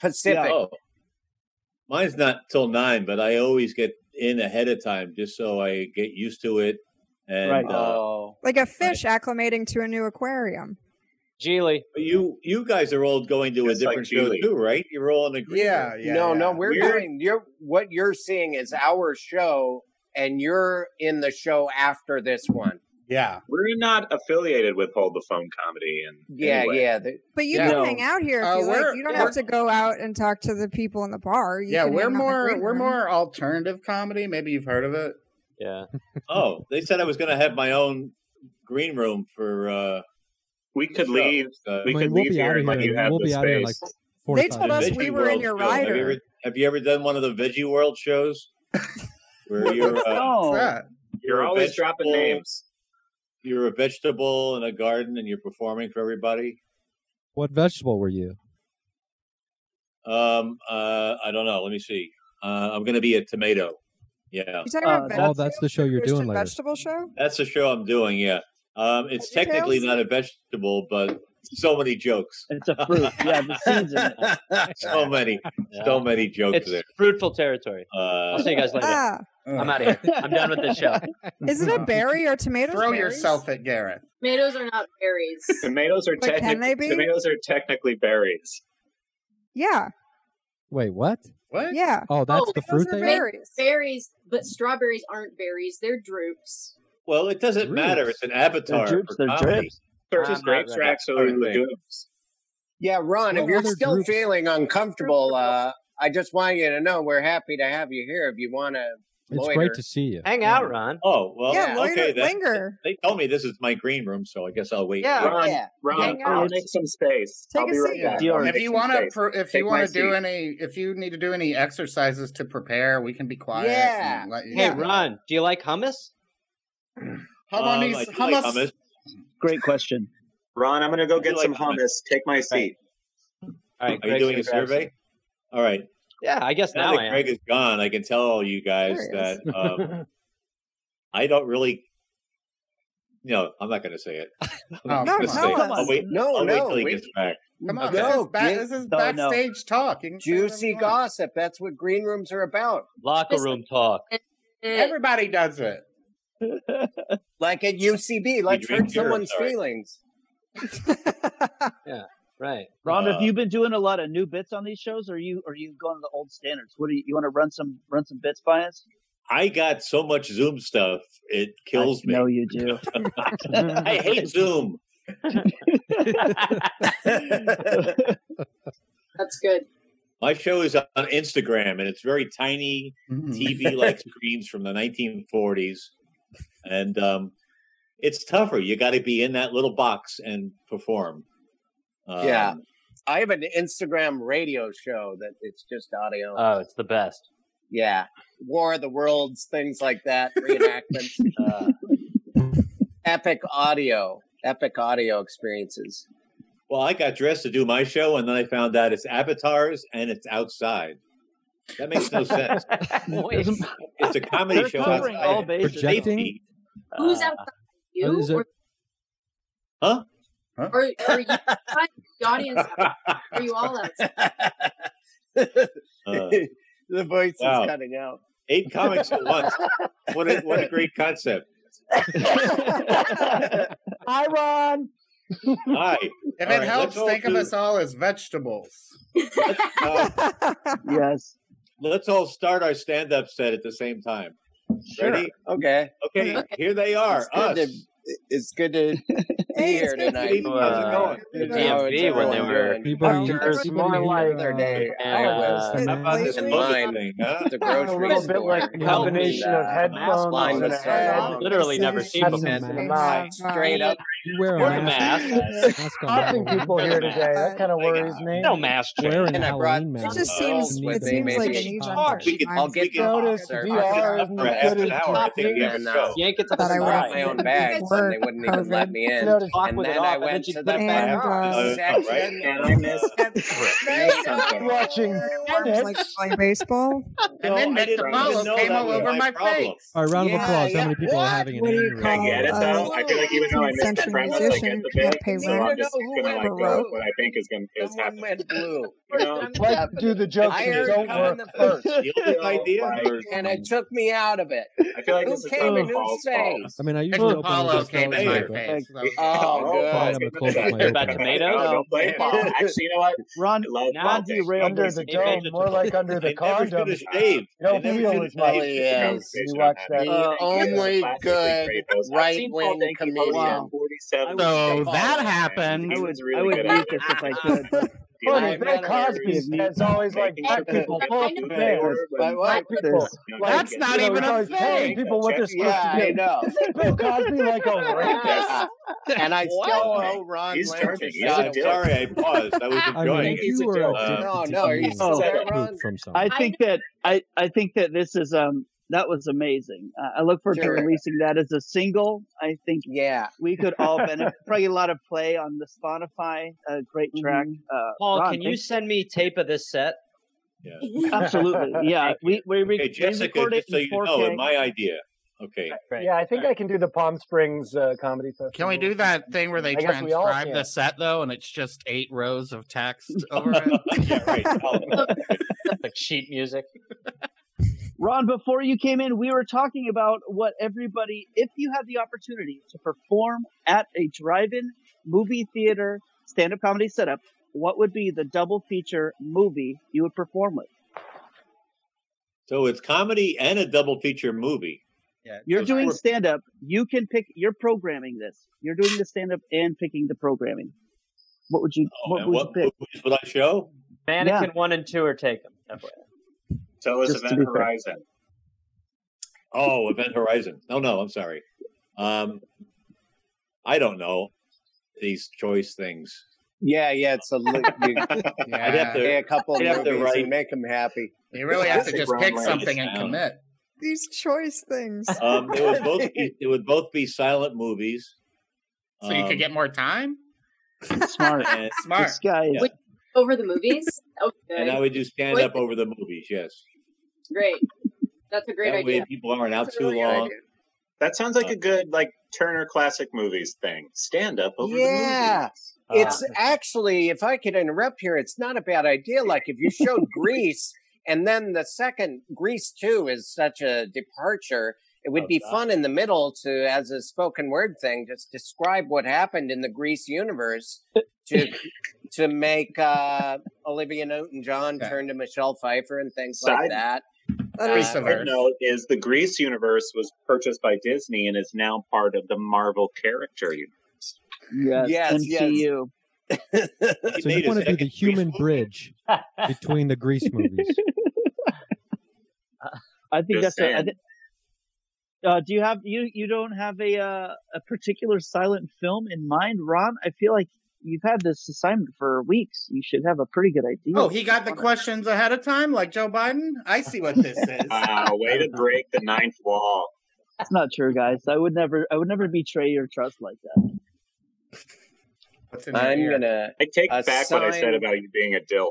Speaker 6: Pacific.
Speaker 12: Oh, mine's not till nine, but I always get in ahead of time just so I get used to it. And
Speaker 1: Right.
Speaker 12: uh,
Speaker 6: Oh.
Speaker 4: like a fish acclimating to a new aquarium.
Speaker 7: Geely.
Speaker 12: You you guys are all going to
Speaker 7: Just
Speaker 12: a
Speaker 7: like
Speaker 12: different show
Speaker 7: Geely.
Speaker 12: too, right? You're all in agreement.
Speaker 6: no, no, we're, doing you're what you're seeing is our show, and you're in the show after this one.
Speaker 2: Yeah,
Speaker 5: we're not affiliated with Hold the Phone Comedy, and
Speaker 6: Yeah,
Speaker 5: anyway.
Speaker 6: yeah. they-
Speaker 4: But you
Speaker 5: Yeah.
Speaker 4: can
Speaker 5: No.
Speaker 4: hang out here if
Speaker 2: Uh,
Speaker 4: you like.
Speaker 2: we're-
Speaker 4: You don't
Speaker 2: yeah.
Speaker 4: have to go out and talk to the people in the bar. You
Speaker 2: yeah,
Speaker 4: can
Speaker 2: we're
Speaker 4: hang out in the
Speaker 2: more
Speaker 4: green
Speaker 2: we're
Speaker 4: room.
Speaker 2: more alternative comedy. Maybe you've heard of it.
Speaker 7: Yeah.
Speaker 12: Oh, they said I was going to have my own green room for. uh
Speaker 5: We could leave. we
Speaker 12: I mean,
Speaker 5: could
Speaker 12: we'll
Speaker 5: leave
Speaker 12: be
Speaker 5: here
Speaker 12: outta
Speaker 5: and let
Speaker 12: here
Speaker 5: you
Speaker 12: in-
Speaker 5: have
Speaker 12: we'll
Speaker 5: the
Speaker 12: be outta here,
Speaker 5: space.
Speaker 12: like,
Speaker 4: They told
Speaker 12: The
Speaker 4: us
Speaker 12: Veggie
Speaker 4: we were in
Speaker 12: World
Speaker 4: your
Speaker 12: show. Have you,
Speaker 4: rider.
Speaker 12: ever, have you ever done one of the Veggie World shows? Where you're uh,
Speaker 5: You're
Speaker 12: a
Speaker 5: always dropping
Speaker 12: vegetable-
Speaker 5: names.
Speaker 12: You're a vegetable in a garden, and you're performing for everybody.
Speaker 3: What vegetable were you?
Speaker 12: Um, uh, I don't know. Let me see. Uh, I'm going to be a tomato. Yeah.
Speaker 4: You talking about
Speaker 3: oh, that's the show you're doing
Speaker 4: Christian
Speaker 3: later.
Speaker 4: vegetable show.
Speaker 12: That's the show I'm doing. Yeah. Um, it's
Speaker 4: Details?
Speaker 12: technically not a vegetable, but so many jokes.
Speaker 9: It's a fruit. Yeah, the seeds in it.
Speaker 12: so many, so many jokes
Speaker 7: It's
Speaker 12: there.
Speaker 7: fruitful territory.
Speaker 12: Uh,
Speaker 7: I'll see you guys later.
Speaker 4: Ah.
Speaker 7: I'm out of here. I'm done with this show.
Speaker 4: Is it a berry or tomato?
Speaker 2: Throw yourself at Garrett.
Speaker 10: Tomatoes are not berries.
Speaker 5: Tomatoes are
Speaker 4: But can they
Speaker 5: technically
Speaker 4: be?
Speaker 5: tomatoes are technically berries.
Speaker 4: Yeah.
Speaker 3: Wait, what?
Speaker 2: What?
Speaker 4: Yeah.
Speaker 3: Oh, that's the fruit they are?
Speaker 10: berries. Berries, but strawberries aren't berries. They're droops.
Speaker 12: Well, it doesn't matter. It's an avatar.
Speaker 9: They're droops,
Speaker 12: for
Speaker 9: they're
Speaker 12: comedy.
Speaker 9: droops.
Speaker 5: Versus grapes are actually legumes.
Speaker 6: Yeah, Ron, if
Speaker 5: What
Speaker 6: you're
Speaker 5: other
Speaker 6: still
Speaker 5: groups-
Speaker 6: feeling uncomfortable, uh, I just want you to know we're happy to have you here if you want to.
Speaker 3: It's great to see you.
Speaker 7: Hang out, Ron.
Speaker 12: Oh well,
Speaker 6: Yeah, loiter-
Speaker 12: okay. That,
Speaker 6: linger.
Speaker 12: They told me this is my green room, so I guess I'll wait.
Speaker 5: Yeah, Ron,
Speaker 2: yeah.
Speaker 5: Ron,
Speaker 2: Hang
Speaker 5: I'll
Speaker 2: out.
Speaker 5: make some space. I'll be right back. I'll
Speaker 2: If
Speaker 5: make
Speaker 2: you
Speaker 5: some
Speaker 2: want to,
Speaker 5: space.
Speaker 2: pro if
Speaker 5: Take
Speaker 2: you
Speaker 5: my
Speaker 2: want to do
Speaker 5: seat.
Speaker 2: any, if you need to do any exercises to prepare, we can be quiet.
Speaker 7: Yeah.
Speaker 2: and let you-
Speaker 7: Hey, Ron, do you like hummus?
Speaker 2: Hummus, Um, I do like hummus. hummus.
Speaker 9: Great question.
Speaker 5: Ron, I'm gonna go
Speaker 9: I do
Speaker 5: get
Speaker 9: like
Speaker 5: some hummus. Take my seat.
Speaker 7: All right,
Speaker 12: Are you
Speaker 7: Greg's
Speaker 12: doing
Speaker 7: gonna
Speaker 12: a
Speaker 7: grab
Speaker 12: survey? All right.
Speaker 7: Yeah, I guess now
Speaker 12: now, that
Speaker 7: I am.
Speaker 12: Greg is gone, I can tell all you guys
Speaker 7: There he
Speaker 12: that
Speaker 7: is.
Speaker 12: um, I don't really. No, I'm not going to say it.
Speaker 2: Oh,
Speaker 12: I'm not
Speaker 2: No,
Speaker 12: gonna
Speaker 2: tell
Speaker 12: say it.
Speaker 2: us.
Speaker 12: I'll wait,
Speaker 6: No,
Speaker 12: I'll wait
Speaker 6: no,
Speaker 12: till he
Speaker 6: we-
Speaker 12: gets back.
Speaker 2: Come on,
Speaker 12: Okay.
Speaker 2: this is, ba- this
Speaker 7: Oh,
Speaker 2: is backstage talk. You can say whatever
Speaker 6: Juicy
Speaker 2: you want.
Speaker 6: gossip. That's what green rooms are about.
Speaker 7: Locker room talk.
Speaker 6: Eh.
Speaker 2: Everybody does it.
Speaker 6: Like at UCB, let's hurt
Speaker 9: drink beer, I'm
Speaker 6: someone's
Speaker 9: sorry.
Speaker 6: feelings.
Speaker 7: yeah, right.
Speaker 9: Ron,
Speaker 12: Uh,
Speaker 9: have you been doing a lot of new bits on these shows, or you are you going to the old standards? What do you, you want to run some run some bits by us?
Speaker 12: I got so much Zoom stuff, it kills me.
Speaker 9: No, you do.
Speaker 12: I hate Zoom.
Speaker 10: That's good.
Speaker 12: My show is on Instagram, and it's very tiny
Speaker 6: Mm.
Speaker 12: TV-like screens from the 1940s, and um, it's tougher. You got to be in that little box and perform. Um,
Speaker 6: yeah. I have an Instagram radio show that it's just audio.
Speaker 2: Uh,
Speaker 7: Oh, it's the best.
Speaker 6: yeah. War of the Worlds, things like that, reenactments. uh, epic audio, epic audio experiences.
Speaker 12: Well, I got dressed to do my show, and then I found out it's avatars and it's outside. That makes no sense. it's a comedy
Speaker 9: They're
Speaker 12: show
Speaker 9: covering
Speaker 12: outside.
Speaker 9: all bases.
Speaker 3: Projecting?
Speaker 10: Who's outside? You
Speaker 3: is it-
Speaker 10: or,
Speaker 12: Huh?
Speaker 10: or are you outside? the audience? outside? Are you all outside?
Speaker 12: Uh,
Speaker 6: the voice
Speaker 12: wow.
Speaker 6: is cutting out.
Speaker 12: Eight comics at once. What a, what a great concept.
Speaker 11: Hi, Ron.
Speaker 12: Hi.
Speaker 2: If
Speaker 12: All
Speaker 2: it
Speaker 12: right,
Speaker 2: helps,
Speaker 12: let's all
Speaker 2: think of
Speaker 12: do-
Speaker 2: us all as vegetables.
Speaker 9: yes.
Speaker 12: Let's all start our stand up set at the same time.
Speaker 6: Sure.
Speaker 12: Ready?
Speaker 6: Okay.
Speaker 12: Okay, here they are.
Speaker 6: It's good,
Speaker 12: Us.
Speaker 6: to, it's good to be here tonight.
Speaker 12: How's
Speaker 13: Uh,
Speaker 12: it going?
Speaker 6: Good
Speaker 7: DMV
Speaker 6: how it's
Speaker 7: when they
Speaker 6: everyone
Speaker 7: were-
Speaker 6: doing?
Speaker 13: Oh,
Speaker 3: Anybody-
Speaker 6: There's
Speaker 3: anybody
Speaker 6: more
Speaker 3: here,
Speaker 6: like
Speaker 3: uh,
Speaker 6: their day.
Speaker 7: and,
Speaker 6: always
Speaker 7: uh,
Speaker 6: than
Speaker 7: How about this
Speaker 6: in
Speaker 7: movie
Speaker 6: mine
Speaker 12: thing, huh?
Speaker 6: at the
Speaker 11: A
Speaker 6: grocery
Speaker 11: little bit
Speaker 6: store.
Speaker 11: like a
Speaker 6: Help
Speaker 11: combination
Speaker 6: me.
Speaker 11: of
Speaker 7: mask
Speaker 11: headphones
Speaker 6: Line
Speaker 11: and
Speaker 6: was
Speaker 11: a
Speaker 6: so
Speaker 11: head.
Speaker 6: long.
Speaker 7: Literally never
Speaker 3: Have
Speaker 7: seen
Speaker 3: you
Speaker 7: before.
Speaker 3: seen a
Speaker 11: and a
Speaker 3: mask?
Speaker 11: mask.
Speaker 6: Straight up.
Speaker 3: You wear
Speaker 7: Wear
Speaker 3: a
Speaker 7: the
Speaker 3: mask.
Speaker 7: mask.
Speaker 3: Mask on
Speaker 11: Huffing
Speaker 3: Halloween.
Speaker 11: people here today. That kind of worries me.
Speaker 7: No mask
Speaker 3: Wear
Speaker 7: change.
Speaker 3: an
Speaker 6: And I brought
Speaker 3: Halloween
Speaker 4: It
Speaker 3: mask.
Speaker 4: just
Speaker 3: You
Speaker 4: seems it
Speaker 3: need to
Speaker 6: with me,
Speaker 4: seems
Speaker 3: wear
Speaker 4: like an
Speaker 6: maybe.
Speaker 4: easy
Speaker 3: something.
Speaker 4: target.
Speaker 12: We could-
Speaker 4: I'm
Speaker 6: I'll get
Speaker 12: can-
Speaker 6: the
Speaker 11: Notice
Speaker 6: box
Speaker 11: VR
Speaker 6: service
Speaker 11: is
Speaker 12: For
Speaker 11: not
Speaker 12: half
Speaker 11: good
Speaker 12: an
Speaker 11: as
Speaker 12: hour, I think
Speaker 11: coffee.
Speaker 12: we have
Speaker 6: and
Speaker 12: a
Speaker 6: uh,
Speaker 12: show.
Speaker 7: Yank it to the
Speaker 4: Thought I would
Speaker 6: brought
Speaker 7: side.
Speaker 6: my
Speaker 4: have
Speaker 6: own bags and they
Speaker 4: work
Speaker 6: wouldn't even let
Speaker 4: COVID.
Speaker 6: me in.
Speaker 11: Notice
Speaker 7: Talk
Speaker 6: And
Speaker 7: with it
Speaker 6: then
Speaker 7: off,
Speaker 6: I
Speaker 7: and then
Speaker 6: went
Speaker 7: she
Speaker 6: to
Speaker 7: put
Speaker 6: the
Speaker 7: it back
Speaker 4: And
Speaker 6: back
Speaker 7: on.
Speaker 4: uh,
Speaker 12: Uh,
Speaker 13: Oh,
Speaker 12: all right.
Speaker 6: section
Speaker 5: And I missed something.
Speaker 11: watching
Speaker 4: arms like
Speaker 11: Peanuts.
Speaker 4: playing baseball.
Speaker 2: And then
Speaker 12: I
Speaker 2: Nick
Speaker 12: didn't even
Speaker 2: DiPaolo
Speaker 12: know
Speaker 2: came
Speaker 12: that
Speaker 2: all
Speaker 12: was
Speaker 2: over
Speaker 12: my
Speaker 2: my
Speaker 12: problem.
Speaker 2: face.
Speaker 3: All right, round of
Speaker 6: Yeah,
Speaker 3: applause.
Speaker 6: yeah.
Speaker 3: How many people are having an
Speaker 4: What do you
Speaker 3: aneurysm?
Speaker 4: call
Speaker 5: I get it
Speaker 4: uh,
Speaker 5: though. I feel like even though I missed that premise. I get the bit, and so I'm just gonna like go with what I think is gonna is happening.
Speaker 6: went blue.
Speaker 5: You know?
Speaker 11: Let's do the jokes that
Speaker 6: Iron
Speaker 11: don't
Speaker 6: Common
Speaker 11: work
Speaker 6: the first.
Speaker 5: You know, like,
Speaker 6: and it took me out of it.
Speaker 5: I feel like
Speaker 6: Who
Speaker 5: this is
Speaker 6: came
Speaker 5: not
Speaker 6: and who
Speaker 5: Paul's fault.
Speaker 6: stayed?
Speaker 3: I mean, I usually open with this dog later, but
Speaker 6: Oh,
Speaker 3: I
Speaker 6: good.
Speaker 3: am a close my open.
Speaker 7: About tomatoes?
Speaker 5: No, don't blame Paul. Actually, you know what?
Speaker 9: Ron,
Speaker 5: Love
Speaker 7: now
Speaker 5: Paul.
Speaker 7: derailed
Speaker 11: under
Speaker 7: us.
Speaker 11: the
Speaker 7: They
Speaker 11: dome,
Speaker 7: made it
Speaker 11: more
Speaker 7: to-
Speaker 11: like under the
Speaker 12: They never should
Speaker 11: condom.
Speaker 12: have shaved.
Speaker 11: You don't
Speaker 12: They never
Speaker 11: feel
Speaker 12: should
Speaker 11: as
Speaker 12: have
Speaker 11: much.
Speaker 12: shaved.
Speaker 6: Really
Speaker 5: the
Speaker 6: is
Speaker 5: conversation
Speaker 11: You
Speaker 5: I'm
Speaker 11: watch
Speaker 5: having.
Speaker 11: that.
Speaker 5: Paul
Speaker 6: the
Speaker 5: Dankey is a
Speaker 6: only
Speaker 5: classically
Speaker 6: good
Speaker 5: great host. I've
Speaker 6: right
Speaker 5: seen Paul
Speaker 6: wing
Speaker 5: Dankey host
Speaker 6: comedian.
Speaker 5: like 47
Speaker 8: So
Speaker 5: different
Speaker 8: that
Speaker 5: things, and
Speaker 8: happened.
Speaker 9: I
Speaker 5: he
Speaker 9: would
Speaker 5: was
Speaker 9: I
Speaker 5: really
Speaker 9: would
Speaker 5: good at
Speaker 9: mute
Speaker 5: it.
Speaker 9: this if I could, but
Speaker 5: Dealing
Speaker 11: Funny,
Speaker 6: I
Speaker 5: with
Speaker 11: Bill
Speaker 6: met her.
Speaker 11: Cosby
Speaker 5: actors,
Speaker 9: Excuse me.
Speaker 11: has always like
Speaker 5: making
Speaker 11: cut
Speaker 5: sure
Speaker 11: people,
Speaker 5: that
Speaker 11: poor
Speaker 5: who they
Speaker 11: things,
Speaker 5: were, but
Speaker 6: But what?
Speaker 11: cut
Speaker 5: like
Speaker 11: people.
Speaker 5: you know,
Speaker 11: Like
Speaker 5: trying to
Speaker 8: That's
Speaker 5: get
Speaker 8: not
Speaker 11: you know,
Speaker 8: even
Speaker 11: he's
Speaker 8: a
Speaker 11: always telling
Speaker 8: thing.
Speaker 5: that
Speaker 11: people what
Speaker 5: check
Speaker 11: they're
Speaker 5: mark
Speaker 11: supposed
Speaker 6: Yeah,
Speaker 11: to
Speaker 6: I
Speaker 11: do.
Speaker 6: know.
Speaker 11: Isn't Bill Cosby like a
Speaker 5: Yes,
Speaker 11: rapist?
Speaker 6: And I
Speaker 5: he's
Speaker 6: still
Speaker 5: charming.
Speaker 6: owe Ron
Speaker 5: He's
Speaker 6: Lynch a
Speaker 5: charming. He's
Speaker 6: shot
Speaker 5: a
Speaker 12: I'm
Speaker 6: of
Speaker 5: dick.
Speaker 12: sorry,
Speaker 6: whiskey.
Speaker 12: I paused. I was
Speaker 3: I mean,
Speaker 12: enjoying
Speaker 3: if
Speaker 12: it.
Speaker 5: He's a
Speaker 3: you were
Speaker 5: joke.
Speaker 3: addicted
Speaker 6: No,
Speaker 13: Uh,
Speaker 3: to
Speaker 6: no, are you
Speaker 3: comedian,
Speaker 6: still
Speaker 9: Oh.
Speaker 6: there,
Speaker 3: take a
Speaker 6: Ron?
Speaker 3: hint from
Speaker 9: I
Speaker 3: someone.
Speaker 9: think that I, I think that this is um that was amazing. Uh, I look forward to
Speaker 6: Sure.
Speaker 9: releasing that as a single. I think
Speaker 6: Yeah.
Speaker 9: we could all benefit. Probably a lot of play on the Spotify. A great
Speaker 6: Mm-hmm.
Speaker 9: track,
Speaker 11: Mhm.
Speaker 9: uh,
Speaker 7: Paul,
Speaker 9: Ron.
Speaker 7: can you
Speaker 9: Thanks.
Speaker 7: send me tape of this set?
Speaker 12: Yeah.
Speaker 9: Absolutely, yeah.
Speaker 7: Thank you.
Speaker 9: We we re-
Speaker 12: Hey,
Speaker 9: we
Speaker 12: Jessica,
Speaker 9: record it
Speaker 12: just so
Speaker 9: in
Speaker 12: you know,
Speaker 9: 4K.
Speaker 12: and my idea. Okay.
Speaker 7: Right.
Speaker 11: yeah, I think I can do the Palm Springs uh, comedy festival.
Speaker 8: Can we do that thing where they
Speaker 11: I guess we all
Speaker 8: transcribe
Speaker 11: can.
Speaker 8: the set though, and it's just eight rows of text over it?
Speaker 12: yeah, right. I'll-
Speaker 7: Like sheet music.
Speaker 9: Ron, before you came in, we were talking about what everybody, if you had the opportunity to perform at a drive-in movie theater stand-up comedy setup, what would be the double feature movie you would perform with?
Speaker 12: So it's comedy and a double feature movie.
Speaker 2: Yeah,
Speaker 9: You're
Speaker 2: so
Speaker 9: doing
Speaker 2: we're-
Speaker 9: stand up. You can pick. You're programming this. You're doing the stand up and picking the programming. What would you?
Speaker 12: Oh,
Speaker 9: What
Speaker 12: and
Speaker 9: would you
Speaker 12: what
Speaker 9: pick?
Speaker 12: movies would I show?
Speaker 7: Mannequin one and two are taken.
Speaker 5: Tell us
Speaker 9: Just to
Speaker 5: Event
Speaker 9: be fair.
Speaker 5: Horizon.
Speaker 12: Oh, Event Horizon. No, no, I'm sorry. Um, I don't know these choice things.
Speaker 6: Yeah, yeah. It's a li- you
Speaker 12: I'd have
Speaker 8: Yeah,
Speaker 12: to.
Speaker 6: pay a couple
Speaker 12: I'd have to
Speaker 6: movies
Speaker 12: write.
Speaker 6: and make them happy.
Speaker 8: you really have to
Speaker 5: Classic
Speaker 8: just
Speaker 5: Ron
Speaker 8: pick
Speaker 5: Lynch
Speaker 8: something and
Speaker 12: sound.
Speaker 8: commit.
Speaker 4: These choice things.
Speaker 12: Um, it would both. Be, it would both be silent movies.
Speaker 8: So you
Speaker 12: Um,
Speaker 8: could get more time.
Speaker 9: Smart.
Speaker 12: and,
Speaker 8: Smart.
Speaker 9: This guy is.
Speaker 12: yeah,
Speaker 10: over the movies. Oh,
Speaker 12: and I
Speaker 10: good,
Speaker 12: would do stand up over the movies. Yes,
Speaker 10: great. That's a great
Speaker 12: that way
Speaker 10: idea.
Speaker 12: people aren't out
Speaker 4: That's a
Speaker 12: too
Speaker 4: really good
Speaker 12: long.
Speaker 4: idea.
Speaker 5: That sounds like
Speaker 12: Uh,
Speaker 5: a good like Turner Classic Movies thing. Stand up over
Speaker 6: Yeah.
Speaker 7: Uh,
Speaker 6: It's actually, if I could interrupt here, it's not a bad idea. Like if you showed Greece and then the second Greece 2 is such a departure, it would
Speaker 12: Oh,
Speaker 6: be
Speaker 12: God.
Speaker 6: fun in the middle to, as a spoken word thing, just describe what happened in the Greece universe to to make uh, Olivia Newton John
Speaker 8: Okay.
Speaker 6: turn to Michelle Pfeiffer and things
Speaker 5: Side-
Speaker 6: like that.
Speaker 4: That is
Speaker 6: Uh,
Speaker 8: Grease
Speaker 5: the movies. Side
Speaker 8: averse.
Speaker 5: note is the Grease universe was purchased by Disney and is now part of the Marvel character universe.
Speaker 9: Yes.
Speaker 6: Yes, yes.
Speaker 9: MCU.
Speaker 12: you
Speaker 3: So
Speaker 12: need
Speaker 3: you
Speaker 12: a
Speaker 3: want to do
Speaker 12: second
Speaker 3: the
Speaker 12: Grease
Speaker 3: human
Speaker 12: movie.
Speaker 3: bridge between the Grease movies?
Speaker 9: I think
Speaker 5: Just
Speaker 9: that's a. I
Speaker 5: saying.
Speaker 9: th- uh, do you have you? You don't have a uh, a particular silent film in mind, Ron? I feel like you've had this assignment for weeks. You should have a pretty good idea.
Speaker 8: Oh, he got the questions ahead of time, like Joe Biden. I see what this is.
Speaker 5: Wow, way to break the ninth wall.
Speaker 9: That's not true, guys. I would never. I would never betray your trust like that.
Speaker 8: What's in your
Speaker 6: I'm
Speaker 8: ear?
Speaker 6: going to
Speaker 5: I take
Speaker 12: uh,
Speaker 6: A
Speaker 5: back what I said
Speaker 6: sign-
Speaker 5: about you being a dilf.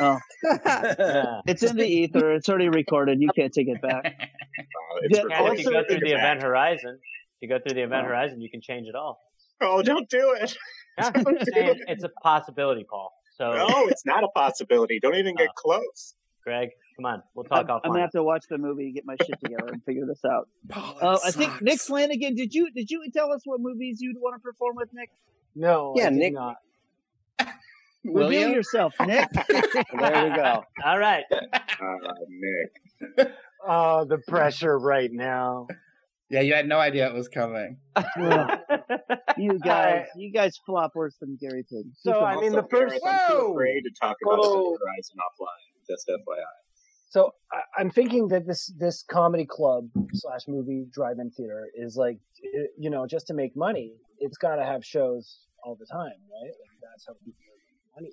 Speaker 9: Oh,
Speaker 4: good.
Speaker 7: yeah.
Speaker 9: it's in the ether. It's already recorded. You can't take it back.
Speaker 5: Wow,
Speaker 9: Yeah,
Speaker 5: Oh, it's
Speaker 7: You
Speaker 9: also-
Speaker 7: can if you
Speaker 5: recorded.
Speaker 7: go
Speaker 5: Take
Speaker 7: through
Speaker 5: it
Speaker 7: the
Speaker 5: back.
Speaker 7: event horizon. If you go through the event
Speaker 9: Oh.
Speaker 7: horizon, you can change it all.
Speaker 5: Oh, don't do it.
Speaker 7: Yeah, I'm
Speaker 5: Don't
Speaker 7: just
Speaker 5: do
Speaker 7: saying
Speaker 5: it.
Speaker 7: it's a possibility, Paul. So,
Speaker 5: No, it's not a possibility. Don't even
Speaker 7: uh,
Speaker 5: get close.
Speaker 7: Greg, come on, we'll
Speaker 9: I'm,
Speaker 7: talk
Speaker 9: I'm gonna
Speaker 7: offline.
Speaker 9: have to watch the movie, get my shit together, and figure this out.
Speaker 8: Paul, it
Speaker 9: Uh, I think Nick
Speaker 8: sucks.
Speaker 9: Flanagan. Did you did you tell us what movies you'd want to perform with Nick?
Speaker 11: No, I
Speaker 6: yeah,
Speaker 11: did
Speaker 6: Nick,
Speaker 11: not.
Speaker 6: will
Speaker 9: Reveal
Speaker 6: you?
Speaker 9: yourself, Nick.
Speaker 6: There we go.
Speaker 7: All right.
Speaker 5: Uh, Nick.
Speaker 11: Oh, the pressure right now.
Speaker 8: Yeah, you had no idea it was coming.
Speaker 9: Well, you guys,
Speaker 11: I-
Speaker 9: you guys flop worse than Gary Pig. You
Speaker 11: so I
Speaker 9: flop.
Speaker 11: mean,
Speaker 5: Also,
Speaker 11: the first.
Speaker 5: Gareth, I'm too
Speaker 8: Whoa!
Speaker 5: afraid to talk about Event
Speaker 11: Whoa.
Speaker 5: Horizon offline. Just FYI.
Speaker 11: So I, I'm thinking that this this comedy club slash movie drive-in theater is like, it, you know, just to make money, it's got to have shows all the time, right? Like that's how people make money.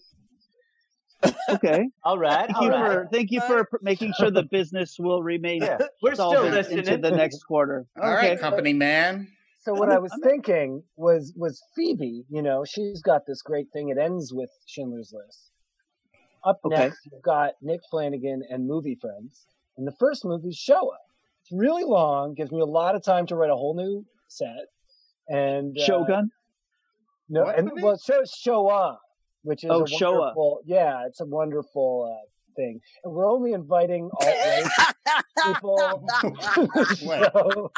Speaker 9: okay.
Speaker 7: All right.
Speaker 9: Thank
Speaker 7: All
Speaker 9: you
Speaker 7: right.
Speaker 9: for thank you for pr- making sure the business will remain
Speaker 11: Yeah.
Speaker 7: We're still
Speaker 9: solvent
Speaker 7: listening.
Speaker 9: into the next quarter.
Speaker 8: All right,
Speaker 9: Okay.
Speaker 8: company man.
Speaker 11: So what
Speaker 9: I'm
Speaker 11: I
Speaker 9: in,
Speaker 11: was
Speaker 9: I'm in.
Speaker 11: thinking was was Phoebe, you know, she's got this great thing. It ends with Schindler's List. Up
Speaker 9: Okay.
Speaker 11: next, you've got Nick Flanagan and movie friends, and the first movie's Showa. It's really long, gives me a lot of time to write a whole new set, and uh,
Speaker 9: Shogun?
Speaker 11: No,
Speaker 9: What
Speaker 11: and
Speaker 9: movie?
Speaker 11: well, so Showa, which is
Speaker 9: Oh,
Speaker 11: a
Speaker 9: Showa.
Speaker 11: wonderful. Yeah, it's a wonderful uh, thing, and we're only inviting alt people. to the show.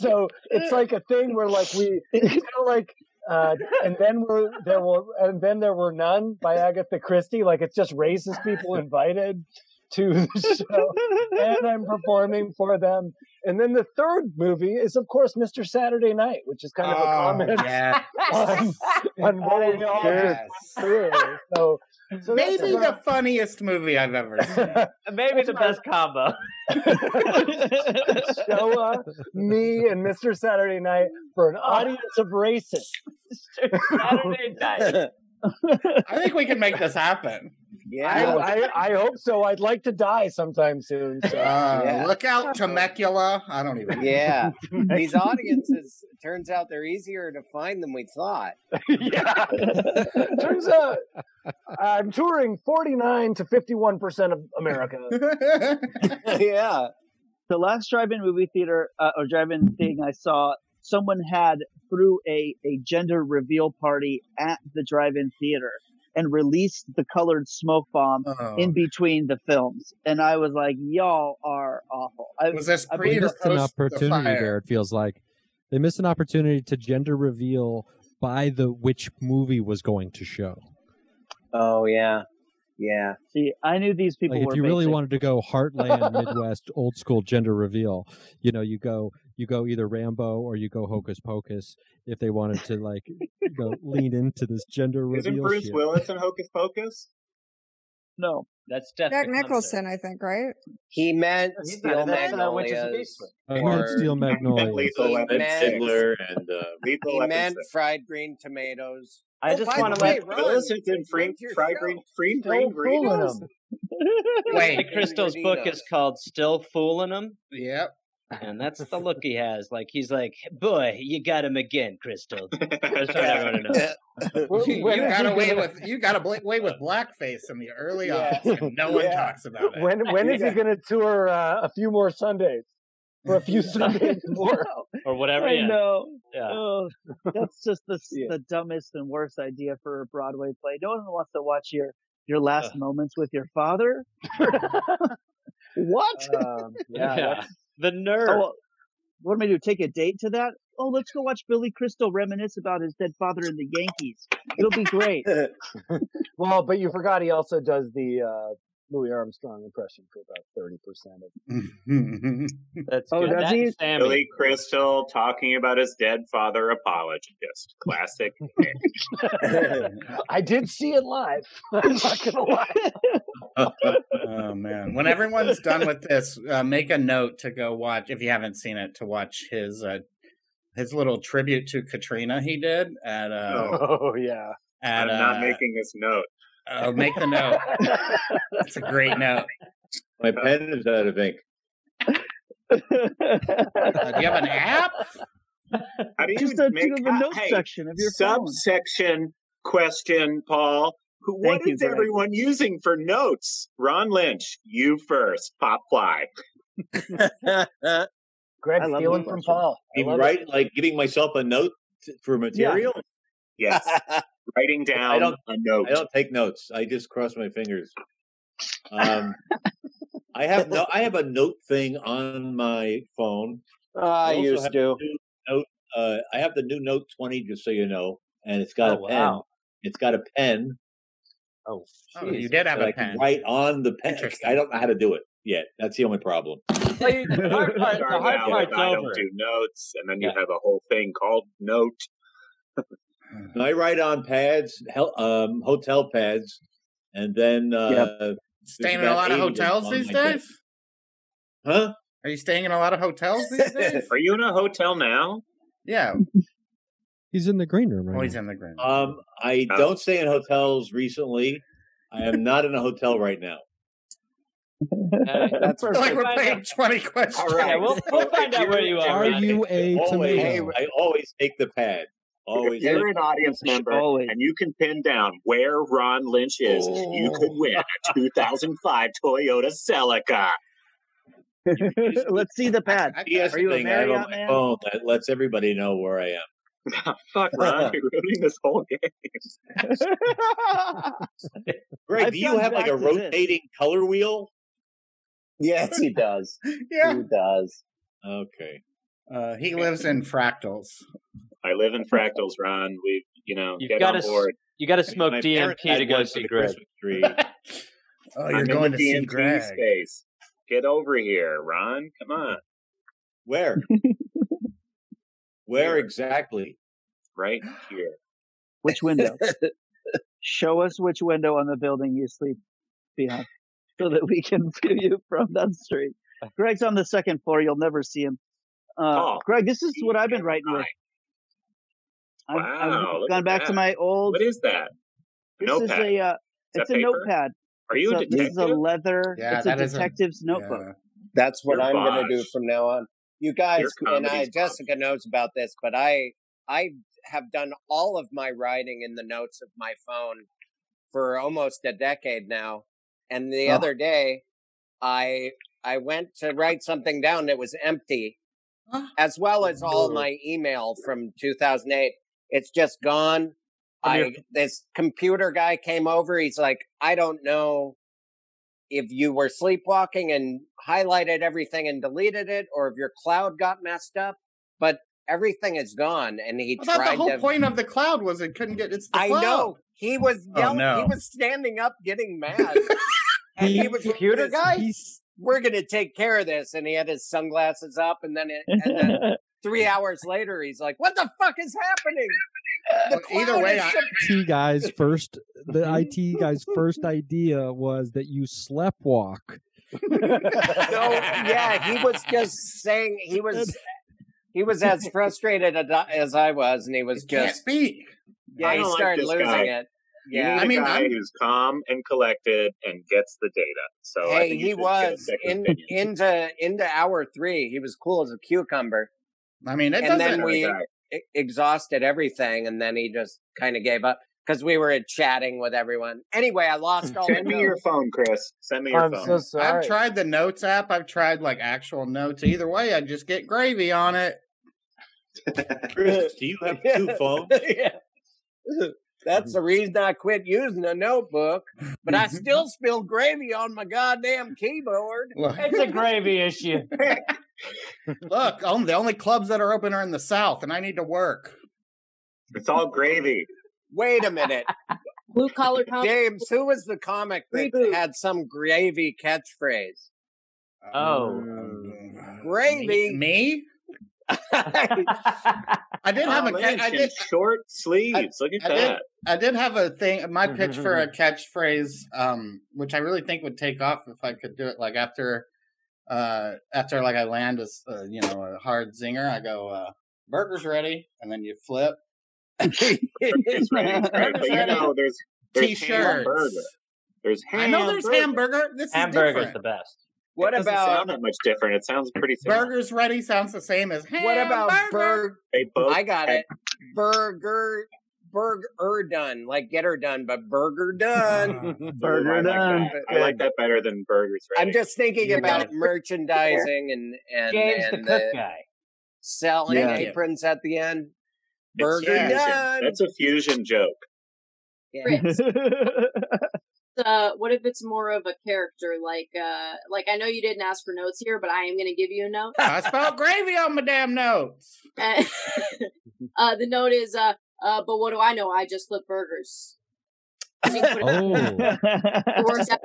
Speaker 11: So it's like a thing where like we, it's kind of like. Uh, and then we're there were and then there were none by Agatha Christie. Like it's just racist people invited to the show, and I'm performing for them. And then the third movie is of course Mr. Saturday Night, which is kind of a
Speaker 8: Oh,
Speaker 11: comment
Speaker 8: yes.
Speaker 11: on, on what we all just through. So, so that's
Speaker 8: Maybe
Speaker 11: about-
Speaker 8: the funniest movie I've ever seen.
Speaker 7: Maybe the best combo.
Speaker 11: Showa, me, and Mr. Saturday Night for an audience of racists.
Speaker 7: Saturday
Speaker 8: Night. I think we can make this happen.
Speaker 11: I, I, I hope so. I'd like to die sometime soon. So.
Speaker 8: Uh, Look out, Temecula. I don't even.
Speaker 6: Yeah. These audiences, turns out they're easier to find than we thought.
Speaker 11: Turns out I'm touring 49 to 51 percent of America.
Speaker 6: yeah.
Speaker 9: The last drive-in movie theater uh, or
Speaker 8: Mm-hmm.
Speaker 9: drive-in thing I saw, someone had through a a gender reveal party at the drive-in theater and released the colored smoke bomb
Speaker 8: Oh.
Speaker 9: in between the films, and I was like, "Y'all are awful." I,
Speaker 8: Was this
Speaker 9: I
Speaker 3: They
Speaker 9: believe-
Speaker 3: missed an opportunity there. It feels like they missed an opportunity to gender reveal by the which movie was going to show.
Speaker 6: Oh yeah, yeah.
Speaker 9: See, I knew these people
Speaker 3: Like
Speaker 9: were.
Speaker 3: if you really
Speaker 9: basic.
Speaker 3: wanted to go heartland Midwest old school gender reveal, you know, you go you go either Rambo or you go Hocus Pocus if they wanted to like you know, lean into this gender reveal.
Speaker 5: Isn't Bruce
Speaker 3: shit.
Speaker 5: Willis in Hocus Pocus?
Speaker 9: No,
Speaker 6: that's Death
Speaker 4: Jack Nicholson, I think, right?
Speaker 6: He meant
Speaker 4: He's not
Speaker 6: Steel
Speaker 4: in that, uh, Witches of
Speaker 6: Magnolias.
Speaker 3: Uh, he meant Steel Magnolias.
Speaker 5: Lethal
Speaker 6: He
Speaker 5: Weapon,
Speaker 6: meant-
Speaker 5: Fiddler, and uh, Lethal
Speaker 6: He
Speaker 5: Weapon
Speaker 6: meant
Speaker 5: Six.
Speaker 6: fried green tomatoes. Oh,
Speaker 9: I just
Speaker 6: by
Speaker 9: wanna
Speaker 6: the way,
Speaker 9: let-
Speaker 6: Ron,
Speaker 5: Millicent in Free,
Speaker 6: your
Speaker 5: Fry
Speaker 6: show.
Speaker 5: Green, Free Green Burritos?
Speaker 7: The Crystal's book is called "Still Fooling Him."
Speaker 8: Yep.
Speaker 7: And that's the look he has. Like he's like, "Boy, you got him again, Crystal." I just want everyone to know.
Speaker 8: You, you
Speaker 11: when is
Speaker 8: got
Speaker 11: he
Speaker 8: away
Speaker 11: gonna-
Speaker 8: with you got away with blackface in the early
Speaker 11: Yeah.
Speaker 8: aughts, and no one
Speaker 11: Yeah.
Speaker 8: talks about it.
Speaker 11: When when is he going to tour uh, a few more Sundays? For a few Sundays more.
Speaker 7: or whatever.
Speaker 9: I
Speaker 7: yeah.
Speaker 9: know.
Speaker 7: Yeah.
Speaker 9: Oh, that's just the, the dumbest and worst idea for a Broadway play. No one wants to watch your your last moments with your father. what?
Speaker 7: yeah,
Speaker 9: that's-
Speaker 7: The nerve.
Speaker 9: Oh, well, what am I do? Take a date to that? Oh, let's go watch Billy Crystal reminisce about his dead father in the Yankees. It'll be great.
Speaker 11: well, but you forgot he also does the uh, Louis Armstrong impression for about thirty percent of.
Speaker 9: That's
Speaker 11: Oh, good. does That he? and Sammy.
Speaker 5: Billy Crystal talking about his dead father apologist. Classic.
Speaker 11: I did see it live. I'm not gonna lie.
Speaker 8: oh man! When everyone's done with this, uh, make a note to go watch if you haven't seen it to watch his uh, his little tribute to Katrina he did at uh,
Speaker 11: Oh yeah.
Speaker 8: at
Speaker 5: I'm not
Speaker 8: uh,
Speaker 5: making this note.
Speaker 8: Oh, make the note. That's a great note.
Speaker 12: My pen is out of ink.
Speaker 8: Uh, do you have an app?
Speaker 5: How do you
Speaker 9: Just a-
Speaker 5: make
Speaker 9: do the note
Speaker 5: hey,
Speaker 9: section of your phone.
Speaker 5: subsection question, Paul? Who, what
Speaker 9: Thank you,
Speaker 5: is
Speaker 9: Greg.
Speaker 5: everyone using for notes? Ron Lynch, you first. Pop fly.
Speaker 11: Greg
Speaker 5: I love
Speaker 11: stealing
Speaker 5: that
Speaker 11: from
Speaker 5: question.
Speaker 11: Paul. I
Speaker 12: I mean,
Speaker 11: love it.
Speaker 12: right? Like giving myself a note t- for material.
Speaker 5: Yes. Writing down
Speaker 12: I don't.
Speaker 5: a note.
Speaker 12: I don't take notes. I just cross my fingers. Um, I have no. I have a note thing on my phone.
Speaker 6: I
Speaker 12: also
Speaker 6: used
Speaker 12: have
Speaker 6: to.
Speaker 12: the new Note, uh, I have the new Note 20, just so you know, and it's got
Speaker 7: Oh,
Speaker 12: a pen.
Speaker 7: wow.
Speaker 12: It's got a pen.
Speaker 7: Oh,
Speaker 8: Oh, you did have
Speaker 12: that
Speaker 8: a
Speaker 12: I can
Speaker 8: pen.
Speaker 12: Write on the pen. I don't know how to do it yet. That's the only problem.
Speaker 7: the hard part, the
Speaker 5: Start
Speaker 7: hard
Speaker 5: out
Speaker 7: part's
Speaker 5: with, I
Speaker 7: over.
Speaker 5: don't do notes, and then you have a whole thing called note.
Speaker 12: And I write on pads, hel- um, hotel pads, and then uh, there's
Speaker 8: Staying in a
Speaker 12: about
Speaker 8: lot of
Speaker 12: 80 them
Speaker 8: hotels
Speaker 12: on
Speaker 8: these
Speaker 12: my desk.
Speaker 8: days.
Speaker 12: Huh?
Speaker 8: Are you staying in a lot of hotels these days?
Speaker 5: Are you in a hotel now?
Speaker 8: Yeah.
Speaker 3: He's in the green room right
Speaker 8: Always
Speaker 3: now.
Speaker 8: in the green.
Speaker 12: Um, I
Speaker 5: Oh.
Speaker 12: don't stay in hotels recently. I am not in a hotel right now.
Speaker 6: that's
Speaker 8: I feel like we're playing twenty questions.
Speaker 5: All right.
Speaker 7: we'll- we'll find out where you
Speaker 3: Are you a
Speaker 12: Always,
Speaker 3: tomato?
Speaker 12: I always take the pad. Always.
Speaker 5: If you're an audience member and you can pin down where Ron Lynch is, you could
Speaker 8: Oh.
Speaker 5: win a 2005 Toyota Celica.
Speaker 9: Let's see the pad.
Speaker 12: He has
Speaker 9: Are
Speaker 12: a
Speaker 9: you a
Speaker 12: thing I have on
Speaker 9: Marriott
Speaker 12: my
Speaker 9: man?
Speaker 12: phone that lets everybody know where I am.
Speaker 5: Fuck, Ron, you're ruining this whole game.
Speaker 12: Greg,
Speaker 5: I've
Speaker 12: do you
Speaker 5: gone
Speaker 12: have like
Speaker 5: back
Speaker 12: a
Speaker 5: to this.
Speaker 12: rotating color wheel?
Speaker 5: Yes, he does.
Speaker 8: Yeah.
Speaker 5: He does.
Speaker 12: Okay.
Speaker 8: Uh, he lives in fractals.
Speaker 5: I live in fractals, Ron. We, you know,
Speaker 8: You've
Speaker 5: get
Speaker 8: gotta
Speaker 5: on board.
Speaker 8: s- you gotta smoke
Speaker 5: My
Speaker 8: DMT
Speaker 5: parents had
Speaker 8: to go
Speaker 5: one for
Speaker 8: see
Speaker 5: the
Speaker 8: Greg.
Speaker 5: Christmas tree.
Speaker 8: Oh,
Speaker 5: I'm
Speaker 8: you're
Speaker 5: in
Speaker 8: going
Speaker 5: the
Speaker 8: to see
Speaker 5: DMT
Speaker 8: Greg.
Speaker 5: Space. Get over here, Ron. Come on.
Speaker 12: Where? Where exactly?
Speaker 5: Right here.
Speaker 9: Which window? Show us which window on the building you sleep behind so that we can view you from that street. Greg's on the second floor. You'll never see him. Uh,
Speaker 5: Oh,
Speaker 9: Greg, this is what I've been writing with. I've,
Speaker 5: Wow,
Speaker 9: I've
Speaker 5: look
Speaker 9: gone
Speaker 5: at
Speaker 9: back
Speaker 5: that.
Speaker 9: to my old.
Speaker 5: What is that? A
Speaker 9: This is
Speaker 5: notepad.
Speaker 9: a. Uh,
Speaker 5: Is
Speaker 9: it's
Speaker 5: that
Speaker 9: a
Speaker 5: paper?
Speaker 9: notepad.
Speaker 5: Are you
Speaker 9: So
Speaker 5: a
Speaker 9: This is a
Speaker 5: detective?
Speaker 9: leather.
Speaker 5: Yeah,
Speaker 9: it's a
Speaker 5: that is a-
Speaker 9: detective's notebook.
Speaker 6: That's what
Speaker 9: You're
Speaker 6: I'm going to do
Speaker 9: Bosch.
Speaker 6: from now on. You guys
Speaker 9: Your
Speaker 6: and I,
Speaker 9: comedy's
Speaker 6: Jessica knows about this, but I I have done all of my writing in the notes of my phone for almost a decade now. And the
Speaker 9: Oh.
Speaker 6: other day, I I went to write something down that was empty, as well as all my email from 2008. It's just gone.
Speaker 7: From your-
Speaker 6: I this computer guy came over. He's like, I don't know if you were sleepwalking and highlighted everything and deleted it, or if your cloud got messed up, but everything is gone. And he
Speaker 8: I thought
Speaker 6: tried
Speaker 8: the whole
Speaker 6: to.
Speaker 8: point of the cloud was it couldn't get it's the
Speaker 6: I
Speaker 8: cloud.
Speaker 6: know he was
Speaker 8: Oh,
Speaker 6: yelling.
Speaker 8: no.
Speaker 6: He was standing up, getting mad, and he was computer guy. We're gonna take care of this. And he had his sunglasses up, and then it, and then three hours later, he's like, "What the fuck is happening?" The cloud
Speaker 8: either way,
Speaker 6: is
Speaker 8: I-
Speaker 6: sup-
Speaker 3: IT guy's first the IT guy's first idea was that you sleptwalk.
Speaker 6: no, yeah, he was just saying he was he was as frustrated as I- as I was, and he was
Speaker 5: can't
Speaker 6: just
Speaker 8: speak.
Speaker 6: Yeah,
Speaker 5: I
Speaker 6: he
Speaker 5: don't like
Speaker 6: started
Speaker 5: this
Speaker 6: losing
Speaker 5: guy.
Speaker 6: it.
Speaker 5: You
Speaker 6: Yeah,
Speaker 5: need a guy who's calm and collected and gets the data. So Oh, I
Speaker 6: hey,
Speaker 5: think you
Speaker 6: he
Speaker 5: should get a
Speaker 6: was
Speaker 5: second
Speaker 6: in
Speaker 5: opinion.
Speaker 6: into into hour three. He was cool as a cucumber.
Speaker 8: I mean, it
Speaker 6: and
Speaker 8: doesn't-
Speaker 6: then we
Speaker 8: Kinda
Speaker 6: e- exhausted everything, and then he just kind of gave up because we were chatting with everyone. Anyway, I lost all.
Speaker 5: Send me your phone, Chris. Send me your phone.
Speaker 8: I've tried the notes app. I've tried like actual notes. Either way, I just get gravy on it.
Speaker 12: Chris, do you have two phones?
Speaker 8: Mm-hmm.
Speaker 6: That's the reason I quit using a notebook, but I still spill gravy on my goddamn keyboard.
Speaker 2: It's a
Speaker 8: gravy issue. Look, on the only clubs that are open are in the South, and I need to work.
Speaker 5: It's all gravy.
Speaker 6: Wait a minute.
Speaker 10: Blue collar comic.
Speaker 6: James, who was the comic that had some gravy catchphrase? Um,
Speaker 8: Oh.
Speaker 6: Gravy?
Speaker 8: Me? I did have a
Speaker 5: Oh,
Speaker 8: ca-
Speaker 5: man,
Speaker 8: I
Speaker 5: she's
Speaker 8: did
Speaker 5: short sleeves. Look at
Speaker 8: I
Speaker 5: that.
Speaker 8: did, I did have a thing.
Speaker 5: Mm-hmm,
Speaker 8: My pitch for a catchphrase, um, which I really think would take off if I could do it. Like after, uh, after like I land a s- uh, you know a hard zinger, I go uh, burgers ready, and then you flip.
Speaker 5: Burgers ready, it's great, but you know, there's there's hamburger.
Speaker 8: T-shirts.
Speaker 5: There's
Speaker 8: I know there's hamburger. This is different.
Speaker 5: best.
Speaker 6: What
Speaker 8: doesn't
Speaker 5: doesn't
Speaker 8: about-
Speaker 5: sound that much different? It sounds pretty similar.
Speaker 8: Burgers ready sounds the same as hamburger.
Speaker 6: What about Berg?
Speaker 5: They both
Speaker 6: I got
Speaker 5: had-
Speaker 6: it. Burger, burger done. Like get her done, but burger done.
Speaker 5: Ooh, I like that. I like that better than burgers ready.
Speaker 6: I'm just thinking
Speaker 5: You
Speaker 6: about
Speaker 5: got it.
Speaker 6: merchandising and and,
Speaker 5: James the
Speaker 6: and
Speaker 5: cook guy.
Speaker 6: selling
Speaker 5: Yeah.
Speaker 6: aprons at the end.
Speaker 5: It's
Speaker 6: Burger
Speaker 5: fusion.
Speaker 6: done.
Speaker 5: That's a fusion joke.
Speaker 10: Uh, what if it's more of a character? Like, uh, like I know you didn't ask for notes here, but I am going to give you a note.
Speaker 8: I spelled gravy on my damn notes.
Speaker 10: Uh, uh, the note is, uh, uh, but what do I know? I just flip burgers.
Speaker 3: Oh,
Speaker 10: It works out.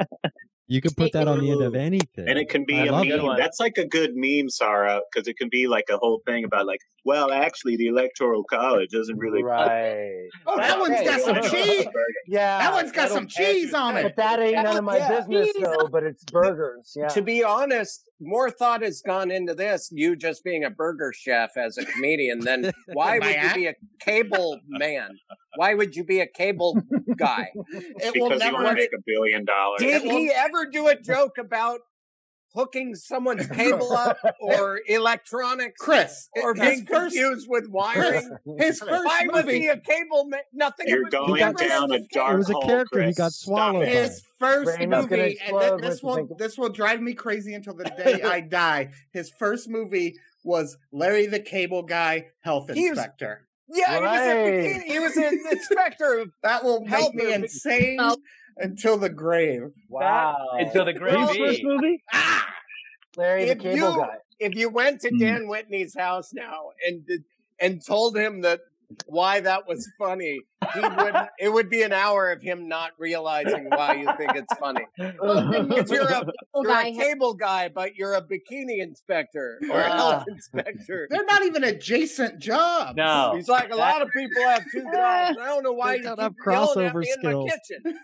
Speaker 3: you could put that on the end of anything.
Speaker 5: And it can be
Speaker 3: I
Speaker 5: a
Speaker 3: love
Speaker 5: meme.
Speaker 3: it.
Speaker 5: That's like a good meme, Sarah, because it can be like a whole thing about like, well, actually, the electoral college doesn't really.
Speaker 14: Right.
Speaker 8: Oh, that one's got some cheese.
Speaker 14: Yeah,
Speaker 8: That one's got some cheese on it.
Speaker 14: But that ain't none of my
Speaker 6: Yeah.
Speaker 14: business, though. But it's burgers. Yeah.
Speaker 6: To be honest, more thought has gone into this. You just being a burger chef as a comedian, then why would you be a cable man? Why would you be a cable guy?
Speaker 5: It because you want to make a billion dollars.
Speaker 6: Did he ever do a joke about hooking someone's cable up or electronics?
Speaker 8: Chris,
Speaker 6: or
Speaker 8: his
Speaker 6: being
Speaker 8: first-
Speaker 6: confused with wiring?
Speaker 8: his first
Speaker 6: Why was
Speaker 8: movie-
Speaker 6: he a cable man? Nothing.
Speaker 5: You're
Speaker 6: about-
Speaker 5: going
Speaker 6: never
Speaker 5: down a
Speaker 6: said-
Speaker 5: dark
Speaker 3: It was a
Speaker 5: hole,
Speaker 3: character he
Speaker 5: Chris.
Speaker 3: got swallowed. by.
Speaker 8: His first
Speaker 3: Brain is gonna
Speaker 8: movie, and th-
Speaker 3: explode
Speaker 8: this
Speaker 3: with the
Speaker 8: will
Speaker 3: thing.
Speaker 8: this will drive me crazy until the day I die. His first movie was Larry the Cable Guy, Health
Speaker 6: He was-
Speaker 8: Inspector. Yeah,
Speaker 14: Right.
Speaker 8: he was in Bikini. He was in Inspector. that will help me insane until the grave.
Speaker 11: Wow.
Speaker 7: Until the grave.
Speaker 11: Who's first
Speaker 8: movie?
Speaker 11: Larry
Speaker 6: Ah! if you, If you went
Speaker 8: Mm.
Speaker 6: to Dan Whitney's house now and did- and told him that why that was funny, he would it would be an hour of him not realizing why you think it's funny. Because you're a you're a cable guy, but you're a bikini inspector or a health inspector.
Speaker 8: They're not even adjacent jobs.
Speaker 7: No.
Speaker 6: He's like a lot of people have two jobs. I don't know why you
Speaker 8: They don't
Speaker 6: keep
Speaker 8: have
Speaker 6: yelling at
Speaker 8: crossover
Speaker 6: me in
Speaker 8: skills.
Speaker 6: my kitchen.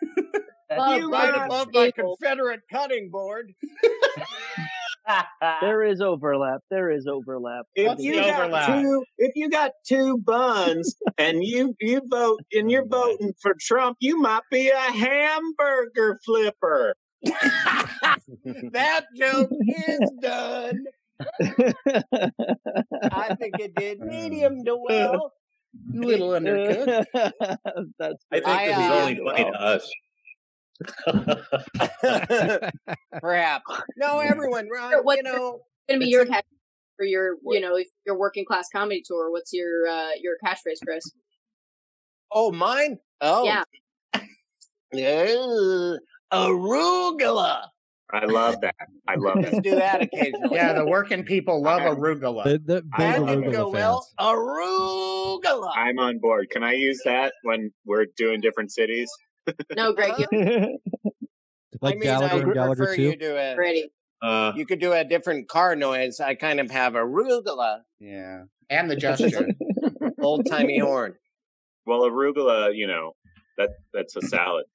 Speaker 9: That's
Speaker 6: you
Speaker 9: right
Speaker 6: right above my Confederate cutting board.
Speaker 9: there is overlap. There is overlap.
Speaker 5: If you got two, if you got two buns and you you vote and you're voting for Trump, you might be a hamburger flipper.
Speaker 6: That joke is done. I think it did medium to well.
Speaker 8: You little undercooked.
Speaker 9: That's
Speaker 12: I think
Speaker 6: I,
Speaker 12: this is
Speaker 6: uh,
Speaker 12: only funny to us.
Speaker 6: Perhaps. No, everyone, Ron,
Speaker 10: What-
Speaker 6: you know,
Speaker 10: gonna be
Speaker 6: it's
Speaker 10: your
Speaker 6: a-
Speaker 10: catch for your you know if your working class comedy tour? What's your uh your catchphrase, Chris?
Speaker 6: Oh, mine? Oh.
Speaker 10: Yeah.
Speaker 6: Ugh, arugula.
Speaker 5: I love that. I love
Speaker 6: Just
Speaker 5: that.
Speaker 6: do that occasionally.
Speaker 8: Yeah, the working people love arugula.
Speaker 3: The, the big
Speaker 5: I love
Speaker 3: arugula
Speaker 5: it.
Speaker 3: fans.
Speaker 6: Arugula.
Speaker 5: I'm on board. Can I use that when we're doing different cities?
Speaker 10: No, Greg. you
Speaker 3: Like
Speaker 6: I mean,
Speaker 3: Gallagher
Speaker 6: I
Speaker 3: and Gallagher
Speaker 6: prefer
Speaker 3: too.
Speaker 6: you do it.
Speaker 10: Ready.
Speaker 12: Uh,
Speaker 6: You could do a different car noise. I kind of have arugula.
Speaker 8: Yeah. And the gesture.
Speaker 6: Old timey horn.
Speaker 5: Well, arugula, you know, that that's a salad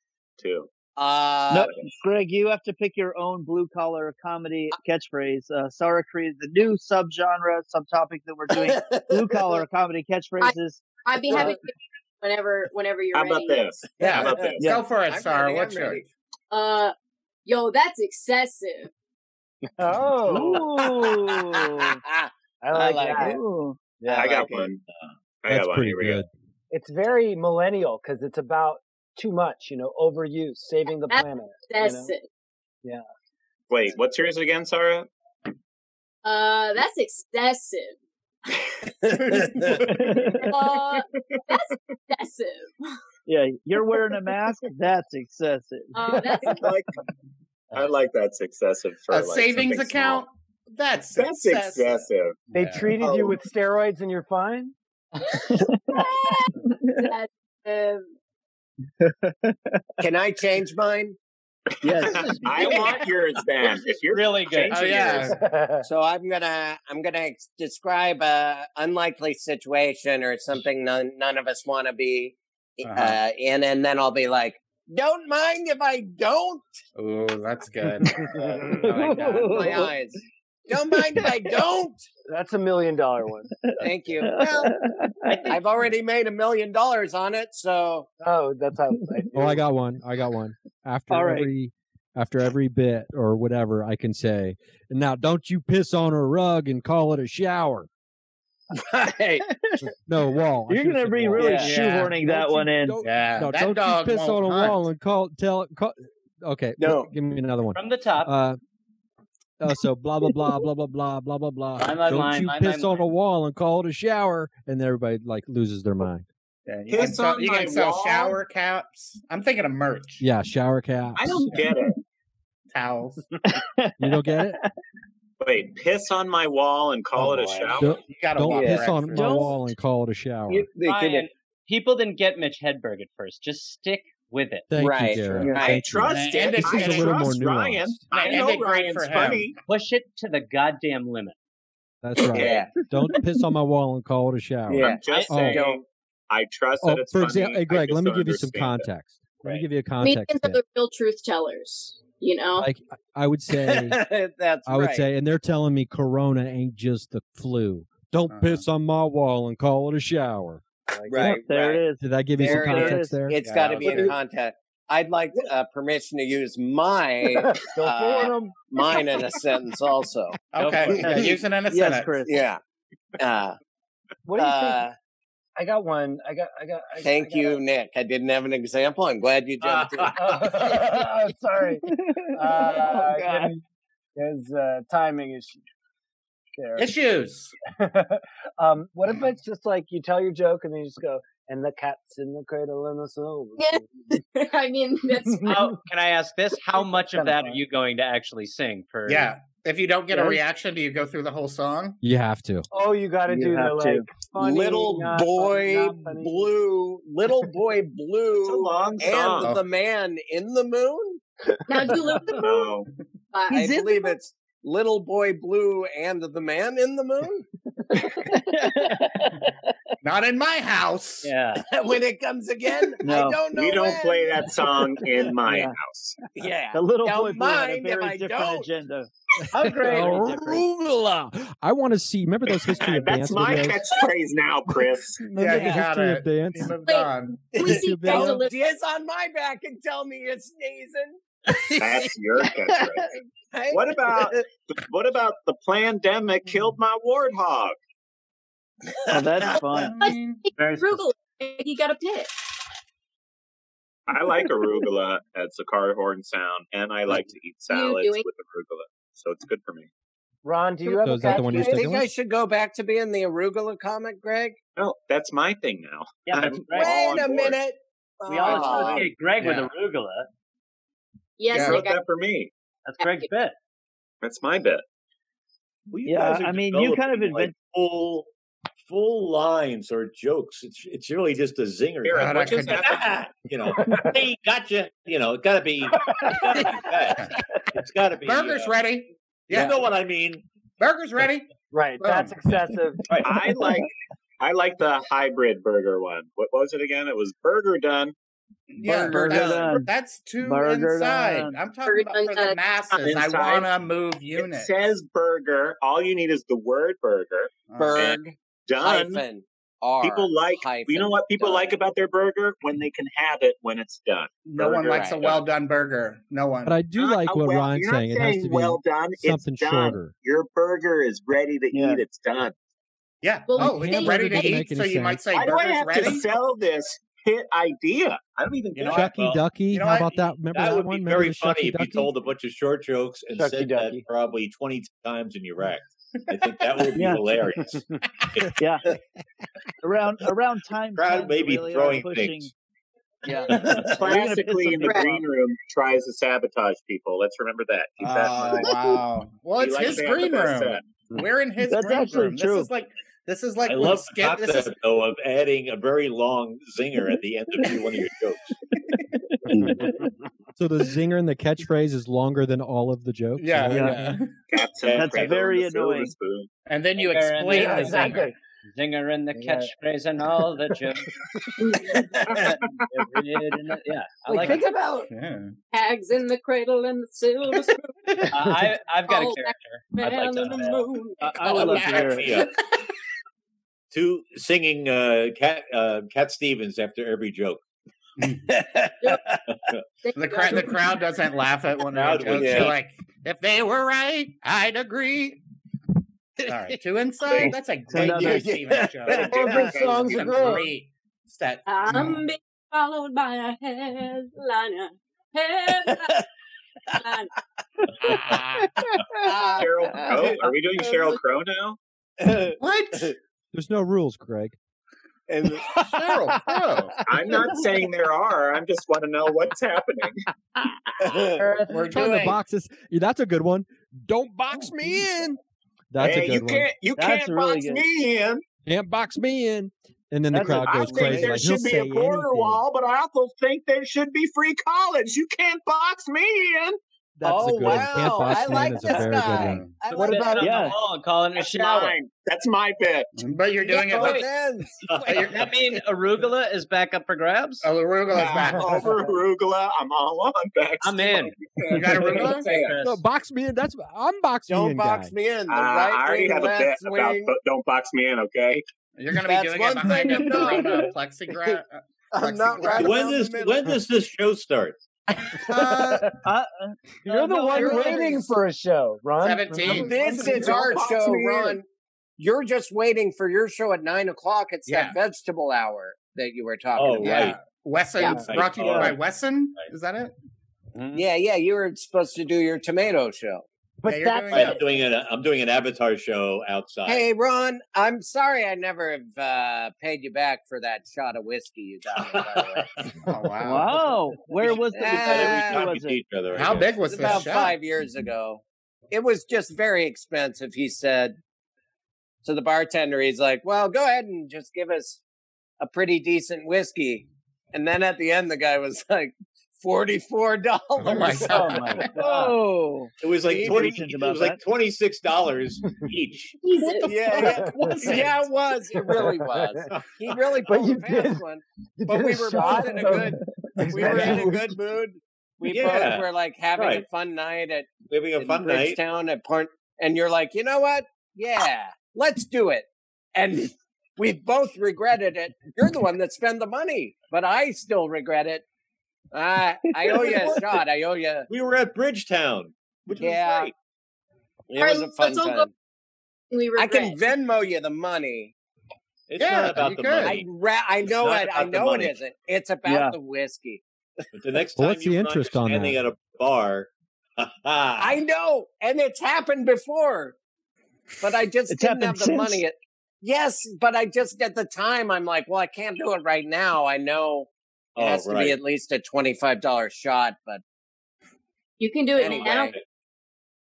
Speaker 5: too.
Speaker 6: Uh,
Speaker 9: no, Greg, you have to pick your own blue collar comedy catchphrase. Uh, Sarah created the new subgenre, subtopic that we're doing. blue collar comedy catchphrases.
Speaker 10: I'd be happy to whenever whenever you're
Speaker 5: Uh, How
Speaker 10: ready.
Speaker 5: about this? How about this?
Speaker 9: Yeah.
Speaker 8: Go for it,
Speaker 6: I'm
Speaker 8: Sarah.
Speaker 6: ready,
Speaker 8: What's
Speaker 6: I'm
Speaker 8: yours?
Speaker 10: Uh, yo, that's excessive.
Speaker 11: Oh.
Speaker 6: I
Speaker 11: like
Speaker 6: like
Speaker 11: that.
Speaker 6: it.
Speaker 9: Ooh.
Speaker 11: Yeah.
Speaker 5: I, got
Speaker 6: like it.
Speaker 5: one. I
Speaker 3: That's
Speaker 5: got one.
Speaker 3: pretty
Speaker 5: Here we
Speaker 3: good.
Speaker 11: It's very millennial because it's about too much, you know, overuse, saving the
Speaker 10: That's
Speaker 11: planet. You know?
Speaker 10: excessive.
Speaker 11: Yeah.
Speaker 5: go. Wait, what's yours again, Sarah?
Speaker 10: Uh, that's excessive. Uh, that's excessive.
Speaker 9: Yeah, you're wearing a mask. That's excessive.
Speaker 10: Uh, that's
Speaker 5: like, I like that's excessive for
Speaker 8: A
Speaker 5: like
Speaker 8: savings
Speaker 5: something
Speaker 8: account? That's
Speaker 5: small. That's
Speaker 8: excessive.
Speaker 5: excessive. Oh,
Speaker 11: They
Speaker 8: Yeah.
Speaker 11: treated
Speaker 3: Oh.
Speaker 11: you with steroids and you're fine?
Speaker 10: excessive.
Speaker 6: Can I change mine?
Speaker 9: Yes.
Speaker 5: I want yours then. If you're
Speaker 7: really good.
Speaker 5: changing
Speaker 8: Oh, yeah.
Speaker 5: yours,
Speaker 6: So I'm gonna I'm gonna ex- describe a unlikely situation or something none none of us want to be uh
Speaker 8: Uh-huh.
Speaker 6: in, and then I'll be like, "Don't mind if I don't."
Speaker 8: Ooh, that's good. I like that.
Speaker 6: My eyes. Don't mind if I don't.
Speaker 11: That's a million dollar one.
Speaker 6: Thank you. Well, I've already made a million dollars on it, so
Speaker 11: Oh, that's how I do.
Speaker 3: Oh, I got one. I got one. After
Speaker 9: All right.
Speaker 3: every after every bit or whatever, I can say, "Now, don't you piss on a rug and call it a shower."
Speaker 6: right.
Speaker 3: No wall. I
Speaker 9: You're
Speaker 3: should've
Speaker 9: gonna
Speaker 3: said
Speaker 9: be
Speaker 3: wall.
Speaker 9: really
Speaker 8: Yeah.
Speaker 9: shoehorning that
Speaker 3: Don't you-
Speaker 9: one in.
Speaker 3: don't-
Speaker 8: Yeah.
Speaker 3: No,
Speaker 8: that
Speaker 3: don't
Speaker 8: dog
Speaker 3: you piss on
Speaker 8: won't
Speaker 3: a
Speaker 8: hunt.
Speaker 3: wall and call tell. Call, okay,
Speaker 6: No.
Speaker 3: give me another one.
Speaker 7: From the top.
Speaker 3: Uh, uh, so blah blah blah blah blah blah blah blah blah.
Speaker 9: Line, line,
Speaker 3: don't
Speaker 9: line,
Speaker 3: you
Speaker 9: line,
Speaker 3: piss
Speaker 9: line,
Speaker 3: on a wall and call it a shower, and everybody like loses their mind.
Speaker 8: Yeah, you can
Speaker 5: Piss
Speaker 8: sell,
Speaker 5: on
Speaker 8: you
Speaker 5: my
Speaker 8: can sell
Speaker 5: wall?
Speaker 8: shower caps. I'm thinking of merch.
Speaker 3: Yeah, shower caps.
Speaker 5: I don't get it.
Speaker 8: Towels.
Speaker 3: You don't get it.
Speaker 5: Wait, piss on my wall and call
Speaker 8: Oh,
Speaker 5: it a
Speaker 8: boy.
Speaker 5: shower?
Speaker 3: Don't,
Speaker 8: You gotta
Speaker 3: don't
Speaker 8: walk
Speaker 3: piss
Speaker 8: right
Speaker 3: on
Speaker 8: through
Speaker 3: my
Speaker 8: it.
Speaker 9: Don't-
Speaker 3: wall and call it a shower.
Speaker 6: You- they could-
Speaker 7: Ryan, people didn't get Mitch Hedberg at first. Just stick with it.
Speaker 3: Thank
Speaker 6: Right,
Speaker 3: you, Garrett.
Speaker 8: sure.
Speaker 5: I
Speaker 3: Thank you.
Speaker 5: trust
Speaker 8: And
Speaker 5: it.
Speaker 8: it's-
Speaker 5: I
Speaker 3: and it's-
Speaker 5: trust
Speaker 3: little more
Speaker 5: Ryan.
Speaker 3: nuanced.
Speaker 5: I
Speaker 8: And
Speaker 5: know
Speaker 8: it'd be great
Speaker 5: Ryan's
Speaker 8: for him.
Speaker 5: funny.
Speaker 7: Push it to the goddamn limit.
Speaker 3: That's right.
Speaker 6: Yeah.
Speaker 3: Don't piss on my wall and call it a shower.
Speaker 6: Yeah.
Speaker 5: I'm just
Speaker 3: I-
Speaker 5: saying.
Speaker 6: don't-
Speaker 5: I trust
Speaker 3: Oh,
Speaker 5: that it's
Speaker 3: for
Speaker 5: funny.
Speaker 3: example, hey
Speaker 5: I
Speaker 3: Greg,
Speaker 5: just
Speaker 3: let me
Speaker 5: don't
Speaker 3: give you some
Speaker 5: understand it.
Speaker 3: context. Let me
Speaker 7: Right.
Speaker 3: give you a
Speaker 10: Comedians
Speaker 3: context
Speaker 10: are
Speaker 3: tip.
Speaker 10: the real truth tellers. You know.
Speaker 3: Like I would say,
Speaker 6: That's
Speaker 3: I would
Speaker 6: right.
Speaker 3: say, and they're telling me Corona ain't just the flu. Don't
Speaker 8: Uh-huh.
Speaker 3: piss on my wall and call it a shower.
Speaker 6: Right.
Speaker 9: Yep, there
Speaker 6: right.
Speaker 9: it is.
Speaker 3: Did I give you some
Speaker 6: There it
Speaker 3: context
Speaker 9: is.
Speaker 3: there?
Speaker 6: It's
Speaker 8: Yeah,
Speaker 6: got
Speaker 8: that
Speaker 6: to
Speaker 8: was
Speaker 6: be in
Speaker 8: good.
Speaker 6: contact. I'd like uh, permission to use my
Speaker 11: Don't pull
Speaker 6: uh,
Speaker 11: on 'em.
Speaker 6: mine in a sentence also.
Speaker 7: Go for
Speaker 8: Okay.
Speaker 7: it.
Speaker 8: Yeah, use it in a
Speaker 9: Yes,
Speaker 8: sentence.
Speaker 9: Chris.
Speaker 6: Yeah. Uh,
Speaker 11: What do you think?
Speaker 6: uh,
Speaker 11: I got one. I got. I got. I,
Speaker 6: thank
Speaker 11: I
Speaker 6: you, Nick. I didn't have an example. I'm glad
Speaker 8: Uh,
Speaker 6: you Oh, jumped in.
Speaker 11: got sorry. Uh,
Speaker 9: Oh, God.
Speaker 11: There's uh, timing issue. there.
Speaker 8: Issues.
Speaker 11: um, what if it's just like you tell your joke and then you just go, and the cat's in the cradle and the soul.
Speaker 10: Yeah. I mean, that's uh,
Speaker 7: How, can I ask this? How much of
Speaker 8: kinda
Speaker 7: that are you going to actually sing? Per
Speaker 8: Yeah. If you don't get a
Speaker 7: Yeah.
Speaker 8: reaction, do you go through the whole song?
Speaker 3: You have to.
Speaker 11: Oh, you got
Speaker 8: You have to.
Speaker 13: little boy blue, little boy blue,
Speaker 6: song.
Speaker 8: Oh.
Speaker 13: and the man in the moon.
Speaker 10: Now do little
Speaker 13: no. I
Speaker 10: He's in the
Speaker 13: believe it's little boy blue and the man in the moon.
Speaker 8: Not in my house.
Speaker 7: Yeah.
Speaker 13: when it comes again, I
Speaker 8: No.
Speaker 13: don't know.
Speaker 8: We don't
Speaker 13: when.
Speaker 8: play that song in my Yeah.
Speaker 13: house. Yeah,
Speaker 9: The little
Speaker 13: Don't
Speaker 9: boy blue had a
Speaker 13: mind if I
Speaker 9: very different
Speaker 13: don't.
Speaker 9: agenda.
Speaker 13: How great.
Speaker 9: Very different.
Speaker 3: Arugula. I want to see. Remember those history of dance
Speaker 13: That's my
Speaker 3: videos?
Speaker 13: catchphrase now, Chris.
Speaker 3: Remember the history of dance?
Speaker 13: on.
Speaker 3: Can we see History of guys a dance?
Speaker 13: Don't
Speaker 3: little-
Speaker 13: diz on my back and tell me you're sneezing.
Speaker 5: That's your catchphrase.
Speaker 13: Hey?
Speaker 5: What
Speaker 8: Uh,
Speaker 5: about what about the pandemic killed my warthog?
Speaker 9: Oh, that's fun.
Speaker 7: Mm-hmm.
Speaker 9: Very
Speaker 10: Rugal, you got a pit.
Speaker 5: I like arugula at Sakari horn sound, and I like to eat salads
Speaker 10: doing-
Speaker 5: with arugula, so it's good for me.
Speaker 11: Ron, do
Speaker 5: you have a So is that the one you're
Speaker 6: I think
Speaker 5: sticking
Speaker 6: I
Speaker 5: with?
Speaker 6: should go back to being the arugula comic, Greg.
Speaker 5: No, Oh, that's my thing now.
Speaker 7: Yeah, that's
Speaker 5: I'm
Speaker 7: right.
Speaker 5: all on
Speaker 6: Wait a
Speaker 5: board.
Speaker 6: minute. Ah,
Speaker 7: We all
Speaker 5: Aw.
Speaker 8: uh,
Speaker 7: associate Greg
Speaker 5: Yeah.
Speaker 7: with arugula.
Speaker 10: Yes,
Speaker 5: you
Speaker 10: I
Speaker 5: wrote
Speaker 10: got-
Speaker 5: that for me.
Speaker 7: That's Greg's bit.
Speaker 5: That's my bit. Well,
Speaker 9: Yeah, I mean, you kind of
Speaker 5: developing, like,
Speaker 9: invent-
Speaker 5: full full lines or jokes. It's it's really just a zinger.
Speaker 12: Here,
Speaker 5: Like,
Speaker 12: I
Speaker 5: what just
Speaker 12: can-
Speaker 5: happened? You know, hey, gotcha. You know, it got to be. It's got to be.
Speaker 8: Burger's
Speaker 5: uh,
Speaker 8: ready.
Speaker 5: You know what I mean?
Speaker 8: Burger's ready.
Speaker 11: Right.
Speaker 8: that's
Speaker 11: excessive.
Speaker 5: I like I like the hybrid burger one. What was it again? It was burger done.
Speaker 8: Yeah,
Speaker 5: Burger
Speaker 8: that's,
Speaker 5: done.
Speaker 8: that's too
Speaker 5: Burger
Speaker 8: inside.
Speaker 5: done.
Speaker 8: I'm talking about for the masses.
Speaker 5: Inside.
Speaker 8: I want to move
Speaker 5: It
Speaker 8: units.
Speaker 5: says burger. All you need is the word burger.
Speaker 6: Berg
Speaker 5: And done.
Speaker 6: hyphen R.
Speaker 5: people like you know what people
Speaker 6: done.
Speaker 5: like about their burger when they can have it when it's done.
Speaker 8: No one
Speaker 5: Burger
Speaker 8: likes a
Speaker 5: done.
Speaker 8: well done burger. No one.
Speaker 3: But I do like
Speaker 5: a
Speaker 3: what
Speaker 5: well-
Speaker 3: Ron's
Speaker 5: you're not
Speaker 3: saying. It has
Speaker 5: saying
Speaker 3: to be
Speaker 5: well done.
Speaker 3: something
Speaker 5: it's done.
Speaker 3: shorter.
Speaker 5: Your burger is ready to
Speaker 3: Yeah.
Speaker 5: eat. It's done.
Speaker 8: Yeah.
Speaker 10: Well,
Speaker 3: Like, hamburger
Speaker 8: it's Oh, ready to
Speaker 3: doesn't
Speaker 8: eat,
Speaker 3: make any
Speaker 8: so you might
Speaker 3: sense.
Speaker 8: say
Speaker 5: Why do I
Speaker 8: burger's
Speaker 5: have
Speaker 8: ready?
Speaker 5: to sell this hit idea? I don't even
Speaker 12: You know what?
Speaker 5: get it.
Speaker 3: Shucky Ducky.
Speaker 12: you know
Speaker 3: how
Speaker 12: what?
Speaker 3: about that? Remember
Speaker 12: That
Speaker 3: that
Speaker 12: would be
Speaker 3: one? Remember
Speaker 12: very
Speaker 3: the
Speaker 12: funny
Speaker 3: Shucky
Speaker 12: if you
Speaker 3: Ducky?
Speaker 12: told a bunch of short jokes and
Speaker 3: Shucky
Speaker 12: said that probably twenty times in your act. I think that would be
Speaker 9: Yeah.
Speaker 12: hilarious.
Speaker 9: yeah. Around around time.
Speaker 5: Crowd
Speaker 9: plans
Speaker 5: may be
Speaker 9: really are
Speaker 5: throwing
Speaker 9: pushing.
Speaker 5: things.
Speaker 9: Yeah.
Speaker 5: Classically, in the green room, tries to sabotage people. Let's remember that. Keep that in
Speaker 8: Oh
Speaker 5: mind.
Speaker 8: wow! Well,
Speaker 5: He
Speaker 8: it's
Speaker 5: likes
Speaker 8: his
Speaker 5: to have the
Speaker 8: green
Speaker 5: best
Speaker 8: room.
Speaker 5: set.
Speaker 8: We're in his
Speaker 9: That's
Speaker 8: green
Speaker 9: actually
Speaker 8: room.
Speaker 9: true.
Speaker 8: This is like this is like
Speaker 5: I
Speaker 8: when
Speaker 5: love the
Speaker 8: skit. This
Speaker 5: concept
Speaker 8: is
Speaker 5: though of adding a very long zinger at the end of your- one of your jokes.
Speaker 3: So the zinger and the catchphrase is longer than all of the jokes. Is that
Speaker 8: yeah,
Speaker 3: what
Speaker 8: yeah.
Speaker 3: happened?
Speaker 9: That's very annoying.
Speaker 8: And then you
Speaker 7: Zinger in
Speaker 8: explain
Speaker 7: the
Speaker 8: the zinger.
Speaker 7: Zinger and the
Speaker 8: Yeah.
Speaker 7: catchphrase and all the jokes. yeah, I like it.
Speaker 10: about hags in the cradle and the silver spoon.
Speaker 7: Uh, I, I've got a
Speaker 10: All that
Speaker 7: character. I'd
Speaker 10: man
Speaker 7: like to
Speaker 10: in the
Speaker 7: play.
Speaker 10: moon.
Speaker 9: I, I would
Speaker 5: Oh,
Speaker 9: love to hear
Speaker 5: cracks me
Speaker 9: it.
Speaker 5: up. Two singing uh, Cat uh, Cat Stevens after every joke.
Speaker 8: The crowd, the crowd doesn't laugh at one of your
Speaker 5: Crowd would
Speaker 8: jokes. You're
Speaker 5: just-
Speaker 8: like, if they were right, I'd agree. All right, two inside. That's a
Speaker 9: So
Speaker 8: great
Speaker 9: now
Speaker 8: Cat
Speaker 9: there's-
Speaker 8: Stevens joke.
Speaker 9: Every song's a
Speaker 8: Some
Speaker 9: great-
Speaker 8: stat-
Speaker 5: Um.
Speaker 10: I'm being followed by a headliner. Headliner.
Speaker 5: Cheryl Crow? Oh, Are we doing Cheryl Crow now?
Speaker 8: What?
Speaker 3: There's no rules, Greg.
Speaker 8: Cheryl Crow.
Speaker 5: I'm not saying there are. I just want to know what's happening.
Speaker 8: We're
Speaker 3: trying
Speaker 8: doing-
Speaker 3: to box us. Yeah, that's a good one. Don't box me in. That's
Speaker 5: Hey,
Speaker 3: a good
Speaker 5: you
Speaker 3: one.
Speaker 5: can't- you That's can't really box good. me in.
Speaker 3: Can't box me in. And then the
Speaker 5: That's a-
Speaker 3: crowd
Speaker 5: I
Speaker 3: goes
Speaker 5: think
Speaker 3: crazy.
Speaker 5: there
Speaker 3: Like he'll
Speaker 5: should be
Speaker 3: say
Speaker 5: a border
Speaker 3: anything.
Speaker 5: wall, but I also think there should be free college. You can't box me in.
Speaker 3: That's a
Speaker 6: oh
Speaker 3: good one. Can't
Speaker 6: wow!
Speaker 3: box
Speaker 6: I
Speaker 3: me in
Speaker 6: like
Speaker 3: is a
Speaker 6: this
Speaker 3: very good
Speaker 6: guy.
Speaker 3: one.
Speaker 6: I
Speaker 9: What
Speaker 6: like
Speaker 9: about-
Speaker 6: this
Speaker 9: yeah.
Speaker 6: guy.
Speaker 7: Oh, calling a
Speaker 5: That's
Speaker 7: shower.
Speaker 5: mine. That's my bit.
Speaker 8: But you're doing it.
Speaker 7: No,
Speaker 8: With,
Speaker 7: it
Speaker 6: ends.
Speaker 7: Does that mean arugula is back up for grabs?
Speaker 8: oh, arugula's back.
Speaker 5: I'm over arugula. I'm all on back.
Speaker 7: I'm in.
Speaker 8: You got arugula?
Speaker 3: No, box me in. That's I'm box me in.
Speaker 5: Don't
Speaker 3: Guy.
Speaker 5: box
Speaker 6: me in. The
Speaker 5: Uh,
Speaker 13: Ah,
Speaker 5: I
Speaker 6: right
Speaker 5: already
Speaker 6: wing,
Speaker 5: have a
Speaker 6: left
Speaker 5: bet about
Speaker 6: wing.
Speaker 5: but don't box me in. Okay.
Speaker 8: You're gonna be
Speaker 6: That's
Speaker 8: doing
Speaker 6: one
Speaker 8: it behind a
Speaker 6: thing I know.
Speaker 8: Corona plexiglass. uh,
Speaker 6: I'm not
Speaker 8: plexiglass.
Speaker 6: right
Speaker 5: When
Speaker 6: down
Speaker 5: does
Speaker 6: the middle.
Speaker 5: when does this show start?
Speaker 11: You're the
Speaker 6: no,
Speaker 11: one
Speaker 6: you're
Speaker 11: waiting
Speaker 6: always-
Speaker 11: for a show, Ron. Remember,
Speaker 6: This
Speaker 11: Ron,
Speaker 6: is
Speaker 11: don't
Speaker 6: our
Speaker 11: box
Speaker 6: show,
Speaker 11: me in.
Speaker 6: Ron. You're just waiting for your show at nine o'clock. It's
Speaker 8: Yeah.
Speaker 6: that vegetable hour that you were talking
Speaker 5: Oh,
Speaker 6: about.
Speaker 8: Yeah.
Speaker 5: right.
Speaker 8: Wesson's
Speaker 5: Yeah.
Speaker 8: brought to you
Speaker 5: Right.
Speaker 8: by Wesson. Is that it?
Speaker 6: Yeah, yeah. You were supposed to do your tomato show.
Speaker 11: But
Speaker 6: you're
Speaker 11: that's
Speaker 6: doing
Speaker 12: I'm doing an I'm doing an Avatar show outside.
Speaker 6: Hey, Ron, I'm sorry I never have uh, paid you back for that shot of whiskey you got me, by the way.
Speaker 8: Oh, wow.
Speaker 9: Wow. Where was the
Speaker 6: Ah,
Speaker 9: Where was it?
Speaker 8: How big was
Speaker 6: It
Speaker 8: this
Speaker 6: About
Speaker 8: shot?
Speaker 6: five years ago. It was just very expensive, he said. To the bartender, he's like, well, go ahead and just give us a pretty decent whiskey. And then at the end, the guy was like, $44. Oh
Speaker 12: my Oh God.
Speaker 9: Whoa.
Speaker 12: It was like
Speaker 6: He
Speaker 12: twenty.
Speaker 6: mentioned
Speaker 12: It
Speaker 6: about
Speaker 12: was like
Speaker 6: that.
Speaker 12: twenty six dollars each.
Speaker 6: yeah, yeah, yeah, it was. It really was. He really
Speaker 12: But
Speaker 6: pulled
Speaker 12: you
Speaker 6: a fast
Speaker 12: did-
Speaker 6: one.
Speaker 12: you
Speaker 6: But
Speaker 12: did
Speaker 6: we
Speaker 12: a
Speaker 6: were both
Speaker 12: shot
Speaker 6: in a
Speaker 12: of
Speaker 6: good. We were in a
Speaker 12: expensive
Speaker 6: good mood. We
Speaker 12: Yeah,
Speaker 6: both were like having
Speaker 12: right.
Speaker 6: a fun night at
Speaker 12: Having a
Speaker 6: in
Speaker 12: fun night.
Speaker 6: Bridgetown at Point. And you're like, you know what? Yeah, let's do it. And we both regretted it. You're the one that spent the money, but I still regret it. I I owe you a shot. I owe you.
Speaker 12: We were at Bridgetown, which
Speaker 6: yeah,
Speaker 12: was
Speaker 6: it was a fun
Speaker 10: Let's all go
Speaker 6: time.
Speaker 10: We
Speaker 6: I can Venmo you the money.
Speaker 12: It's Yeah, not about you the could. money.
Speaker 6: I, ra- I
Speaker 12: It's
Speaker 6: know
Speaker 12: not
Speaker 6: it. I
Speaker 12: about the
Speaker 6: know it
Speaker 12: money.
Speaker 6: isn't. It's about
Speaker 12: Yeah.
Speaker 6: the whiskey.
Speaker 12: great. The next
Speaker 3: Well,
Speaker 12: time
Speaker 3: what's
Speaker 12: you
Speaker 3: the
Speaker 12: and I are
Speaker 3: interest on
Speaker 12: standing
Speaker 3: that?
Speaker 12: at a bar, I
Speaker 6: I know, and it's happened before, but I just
Speaker 12: It's
Speaker 6: didn't
Speaker 12: happened
Speaker 6: have the
Speaker 12: since.
Speaker 6: money. At- yes, but I just at the time I'm like, well, I can't do it right now. I know it
Speaker 12: Oh,
Speaker 6: has to
Speaker 12: right.
Speaker 6: be at least a twenty five dollar shot, but
Speaker 10: You can do
Speaker 6: anyway,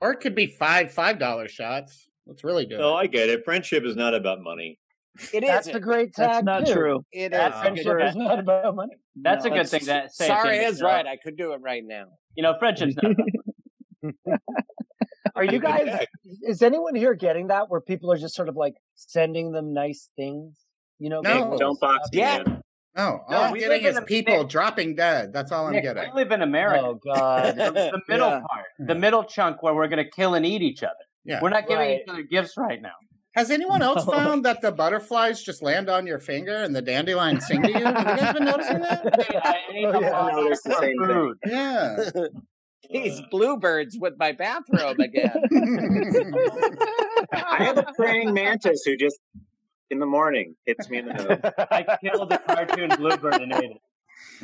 Speaker 8: Or it could be five five dollar shots. Let's really do
Speaker 12: No,
Speaker 8: it.
Speaker 12: I get it. Friendship is not about money.
Speaker 6: It is.
Speaker 11: That's the great tag. too.
Speaker 6: It
Speaker 7: That
Speaker 6: is.
Speaker 7: friendship
Speaker 6: Good-
Speaker 7: is not
Speaker 11: about money.
Speaker 7: That's a good thing to say. at the
Speaker 6: Sorry,
Speaker 7: end of
Speaker 6: is
Speaker 7: the show.
Speaker 6: right. I could do it right now.
Speaker 7: You know, friendship's not about
Speaker 11: Are you
Speaker 7: Good
Speaker 11: guys?
Speaker 7: tag.
Speaker 11: Is anyone here getting that where people are just sort of like sending them nice things? You know,
Speaker 8: No.
Speaker 11: people
Speaker 8: Don't
Speaker 11: stop
Speaker 8: box
Speaker 11: and-
Speaker 8: me in. No, all
Speaker 7: No,
Speaker 8: I'm
Speaker 7: we
Speaker 8: getting
Speaker 7: live
Speaker 8: is
Speaker 7: in a-
Speaker 8: people dropping dead. That's all I'm
Speaker 7: Nick,
Speaker 8: getting.
Speaker 7: We live in America.
Speaker 11: Oh God!
Speaker 7: the, the middle
Speaker 8: Yeah.
Speaker 7: part, the middle chunk where we're going to kill and eat each other.
Speaker 8: Yeah.
Speaker 7: We're not giving
Speaker 8: Right.
Speaker 7: each other gifts right now.
Speaker 8: Has anyone else
Speaker 7: No.
Speaker 8: found that the butterflies just land on your finger and the dandelions sing to you? Have you guys been noticing that?
Speaker 7: Oh, yeah.
Speaker 8: I noticed the same thing. Yeah.
Speaker 6: These bluebirds with my bathrobe again.
Speaker 13: I have a praying mantis who just in the morning hits me in the nose.
Speaker 7: I killed a cartoon bluebird and ate it.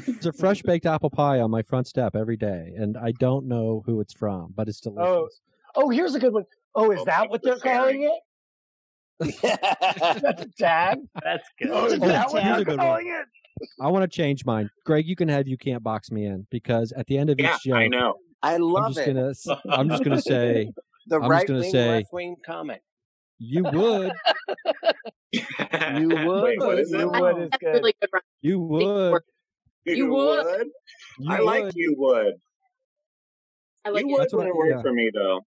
Speaker 3: It's a fresh baked apple pie on my front step every day, and I don't know who it's from, but it's delicious.
Speaker 11: Oh, oh, here's a good one. Oh, is that what they're calling it? That's a tag.
Speaker 7: That's good.
Speaker 11: Oh, is
Speaker 3: Oh,
Speaker 11: that what
Speaker 3: here's a
Speaker 11: they're
Speaker 3: good
Speaker 11: calling
Speaker 3: one.
Speaker 11: it?
Speaker 3: I want to change mine. Greg, you can have you can't box me in because at the end of
Speaker 13: Yeah,
Speaker 3: each show,
Speaker 13: I know.
Speaker 6: I
Speaker 3: I'm
Speaker 6: love
Speaker 3: just
Speaker 6: it.
Speaker 3: gonna s- I'm just gonna say
Speaker 6: the
Speaker 3: I'm just
Speaker 6: right
Speaker 3: gonna
Speaker 6: wing,
Speaker 3: say
Speaker 6: left wing comment.
Speaker 3: you would you would
Speaker 13: Wait, what is
Speaker 3: you
Speaker 13: it?
Speaker 3: would
Speaker 10: That's really good. Ron.
Speaker 3: you would
Speaker 10: You would.
Speaker 3: you
Speaker 13: I
Speaker 3: would
Speaker 13: like you would.
Speaker 10: I like
Speaker 13: You
Speaker 10: it.
Speaker 13: would
Speaker 3: That's what I-
Speaker 13: wouldn't work
Speaker 3: yeah.
Speaker 13: for me though.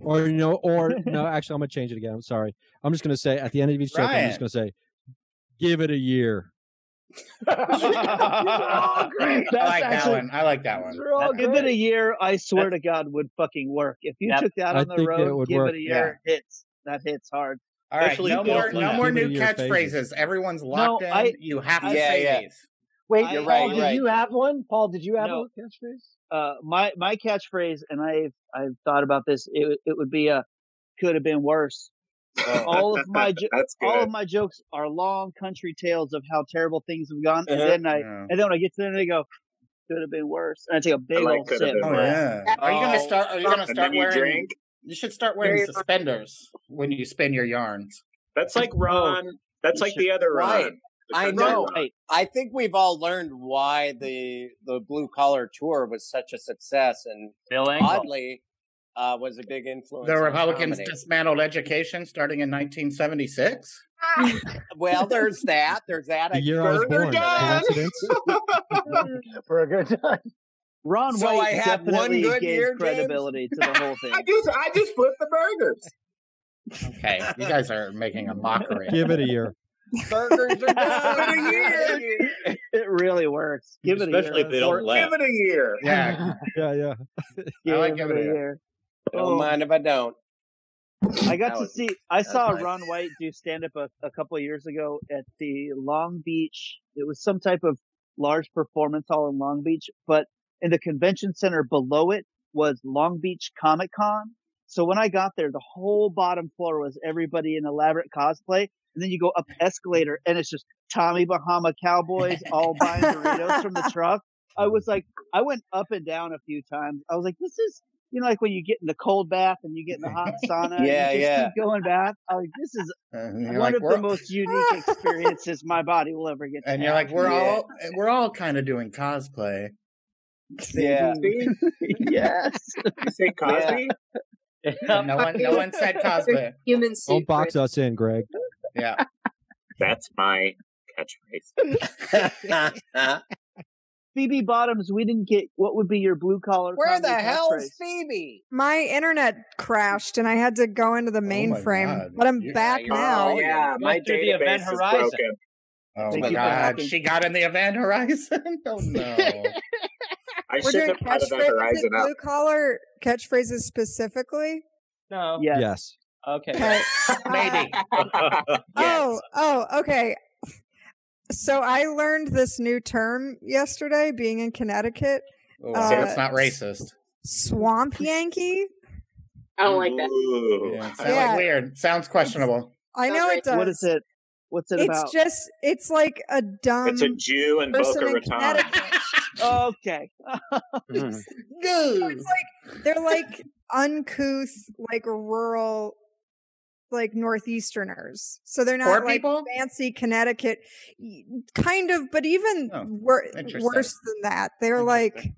Speaker 3: or you know or no actually I'm gonna change it again. I'm sorry. I'm just gonna say at the end of each show I'm just
Speaker 8: Ryan.
Speaker 3: gonna say give it a year.
Speaker 8: You're all
Speaker 9: great.
Speaker 8: I
Speaker 9: That's
Speaker 8: like that
Speaker 9: actually-
Speaker 8: one. I like that one.
Speaker 9: Give it a year. I swear to God, would fucking work. If you
Speaker 8: Yep.
Speaker 9: took that
Speaker 3: I
Speaker 9: on the
Speaker 3: think it
Speaker 9: road,
Speaker 3: would
Speaker 9: give
Speaker 3: work.
Speaker 9: it a year. It hits. That hits hard.
Speaker 8: All right,
Speaker 12: Especially
Speaker 8: no
Speaker 12: Bill
Speaker 8: more, no
Speaker 12: Clinton.
Speaker 8: more
Speaker 12: Give it
Speaker 8: new
Speaker 12: a year
Speaker 8: catchphrases.
Speaker 12: phases.
Speaker 8: Everyone's
Speaker 9: No,
Speaker 8: locked in.
Speaker 9: I-
Speaker 8: you have to
Speaker 9: I-
Speaker 8: say
Speaker 9: Yeah, yeah.
Speaker 8: these.
Speaker 11: Wait,
Speaker 9: I-
Speaker 11: Paul,
Speaker 9: Right,
Speaker 11: did
Speaker 9: right.
Speaker 11: you have one? Paul, did you have
Speaker 9: No.
Speaker 11: a catchphrase?
Speaker 9: Uh, my my catchphrase, and I've I've thought about this. It would- it would be uh, a could have been worse. all of my jo-
Speaker 13: That's
Speaker 9: all of
Speaker 13: good.
Speaker 9: my jokes are long country tales of how terrible things have gone,
Speaker 13: Uh-huh.
Speaker 9: and then I
Speaker 8: Yeah.
Speaker 9: and then when I get to them, they go could have been worse, and I take a big
Speaker 13: like
Speaker 9: old
Speaker 13: could have
Speaker 9: sip.
Speaker 13: been
Speaker 8: Oh
Speaker 13: worse.
Speaker 8: yeah. Are you gonna start? Are you gonna
Speaker 13: And
Speaker 8: start
Speaker 13: then you
Speaker 8: wearing?
Speaker 13: drink.
Speaker 8: You should start wearing
Speaker 10: Very-
Speaker 8: suspenders when you spin your yarns.
Speaker 13: That's like Ron. That's like the other Ron.
Speaker 6: Right.
Speaker 13: The
Speaker 6: I
Speaker 13: country
Speaker 6: know.
Speaker 13: Ron.
Speaker 6: I think we've all learned why the the blue collar tour was such a success, and
Speaker 7: Bill Engvall.
Speaker 6: oddly, uh, was a big influence.
Speaker 8: The
Speaker 6: on
Speaker 8: Republicans
Speaker 6: comedy.
Speaker 8: dismantled education starting in 1976.
Speaker 6: Well, there's that. There's that.
Speaker 3: The
Speaker 6: I-
Speaker 3: year I was
Speaker 6: Burger
Speaker 3: born.
Speaker 6: down.
Speaker 3: Coincidence?
Speaker 13: Mm.
Speaker 11: For a good time.
Speaker 9: Ron
Speaker 6: So
Speaker 9: White
Speaker 6: I had one
Speaker 9: definitely
Speaker 6: good
Speaker 9: gave
Speaker 6: year, James?
Speaker 9: credibility to the whole
Speaker 13: I
Speaker 9: thing.
Speaker 13: just, I just flipped the burgers.
Speaker 8: Okay, you guys are making a mockery.
Speaker 3: Give it a year.
Speaker 6: Burgers are down.
Speaker 13: Give it a year.
Speaker 9: it really works. Give it a year.
Speaker 12: Especially if they don't
Speaker 9: Or-
Speaker 12: laugh.
Speaker 13: Give it a year.
Speaker 8: Yeah,
Speaker 3: Yeah, yeah.
Speaker 8: I like
Speaker 9: give
Speaker 8: Give
Speaker 9: it
Speaker 8: It
Speaker 9: a
Speaker 8: a Year.
Speaker 9: year.
Speaker 6: Don't
Speaker 9: Oh,
Speaker 6: mind if I don't.
Speaker 9: I got
Speaker 6: That
Speaker 9: to
Speaker 6: was-
Speaker 9: see. I
Speaker 6: that
Speaker 9: saw
Speaker 6: was nice.
Speaker 9: Ron White do stand up a, a couple of years ago at the Long Beach. It was some type of large performance hall in Long Beach, but in the convention center below it was Long Beach Comic Con. So when I got there, the whole bottom floor was everybody in elaborate cosplay, and then you go up escalator, and it's just Tommy Bahama cowboys all buying Doritos from the truck. I was like, I went up and down a few times. I was like, this is you know, like when you get in the cold bath and you get in the hot sauna.
Speaker 8: Yeah,
Speaker 9: and you just
Speaker 8: yeah.
Speaker 9: Keep going back. I'm like, this is
Speaker 8: And you're
Speaker 9: one
Speaker 8: like,
Speaker 9: of the
Speaker 8: "We're-
Speaker 9: most unique experiences my body will ever get. To
Speaker 8: and you're
Speaker 9: have."
Speaker 8: like, we're
Speaker 9: Yeah.
Speaker 8: all we're all kind of doing cosplay.
Speaker 9: Yeah.
Speaker 8: yes.
Speaker 5: You say Cosby?
Speaker 8: no one, no one said cosplay.
Speaker 10: Human
Speaker 3: Don't box us in, Greg.
Speaker 8: Yeah.
Speaker 13: That's my catchphrase.
Speaker 9: Phoebe Bottoms, we didn't get what would be your blue collar.
Speaker 6: Where the
Speaker 9: comedy
Speaker 6: hell's
Speaker 9: catchphrase.
Speaker 6: Phoebe?
Speaker 4: My internet crashed and I had to go into the mainframe,
Speaker 9: God.
Speaker 4: but I'm
Speaker 9: You-
Speaker 4: back
Speaker 9: Yeah, you're-
Speaker 4: now.
Speaker 9: oh, yeah, Went my through the event database is horizon. broken.
Speaker 8: Oh
Speaker 9: Thank
Speaker 8: my
Speaker 9: you for
Speaker 8: god,
Speaker 9: talking.
Speaker 8: she got in the event horizon. oh no.
Speaker 13: I
Speaker 4: We're
Speaker 13: should
Speaker 4: doing
Speaker 13: have brought Event
Speaker 4: catchphrases. Is
Speaker 13: Horizon
Speaker 4: it
Speaker 13: up.
Speaker 4: blue collar catchphrases specifically?
Speaker 7: No.
Speaker 9: Yes.
Speaker 7: Okay.
Speaker 8: Maybe.
Speaker 4: Oh, oh, okay. So I learned this new term yesterday being in Connecticut.
Speaker 8: Oh,
Speaker 4: Uh,
Speaker 8: so it's not racist.
Speaker 4: Swamp Yankee.
Speaker 10: I
Speaker 8: Oh
Speaker 10: don't like that.
Speaker 8: Ooh. Yeah, sounds
Speaker 4: Yeah.
Speaker 8: weird. Sounds questionable.
Speaker 4: I know it does.
Speaker 9: What is it? What's it
Speaker 4: it's
Speaker 9: about?
Speaker 4: just it's like a dumb
Speaker 13: It's a Jew in
Speaker 4: person
Speaker 13: Boca
Speaker 4: in
Speaker 13: Raton.
Speaker 9: okay.
Speaker 8: Mm-hmm.
Speaker 4: So it's like they're like uncouth, like rural, like northeasterners. So they're not
Speaker 8: Poor
Speaker 4: like
Speaker 8: people?
Speaker 4: fancy Connecticut, y- kind of, but even
Speaker 8: Oh,
Speaker 4: wor-
Speaker 8: interesting.
Speaker 4: worse than that. They're like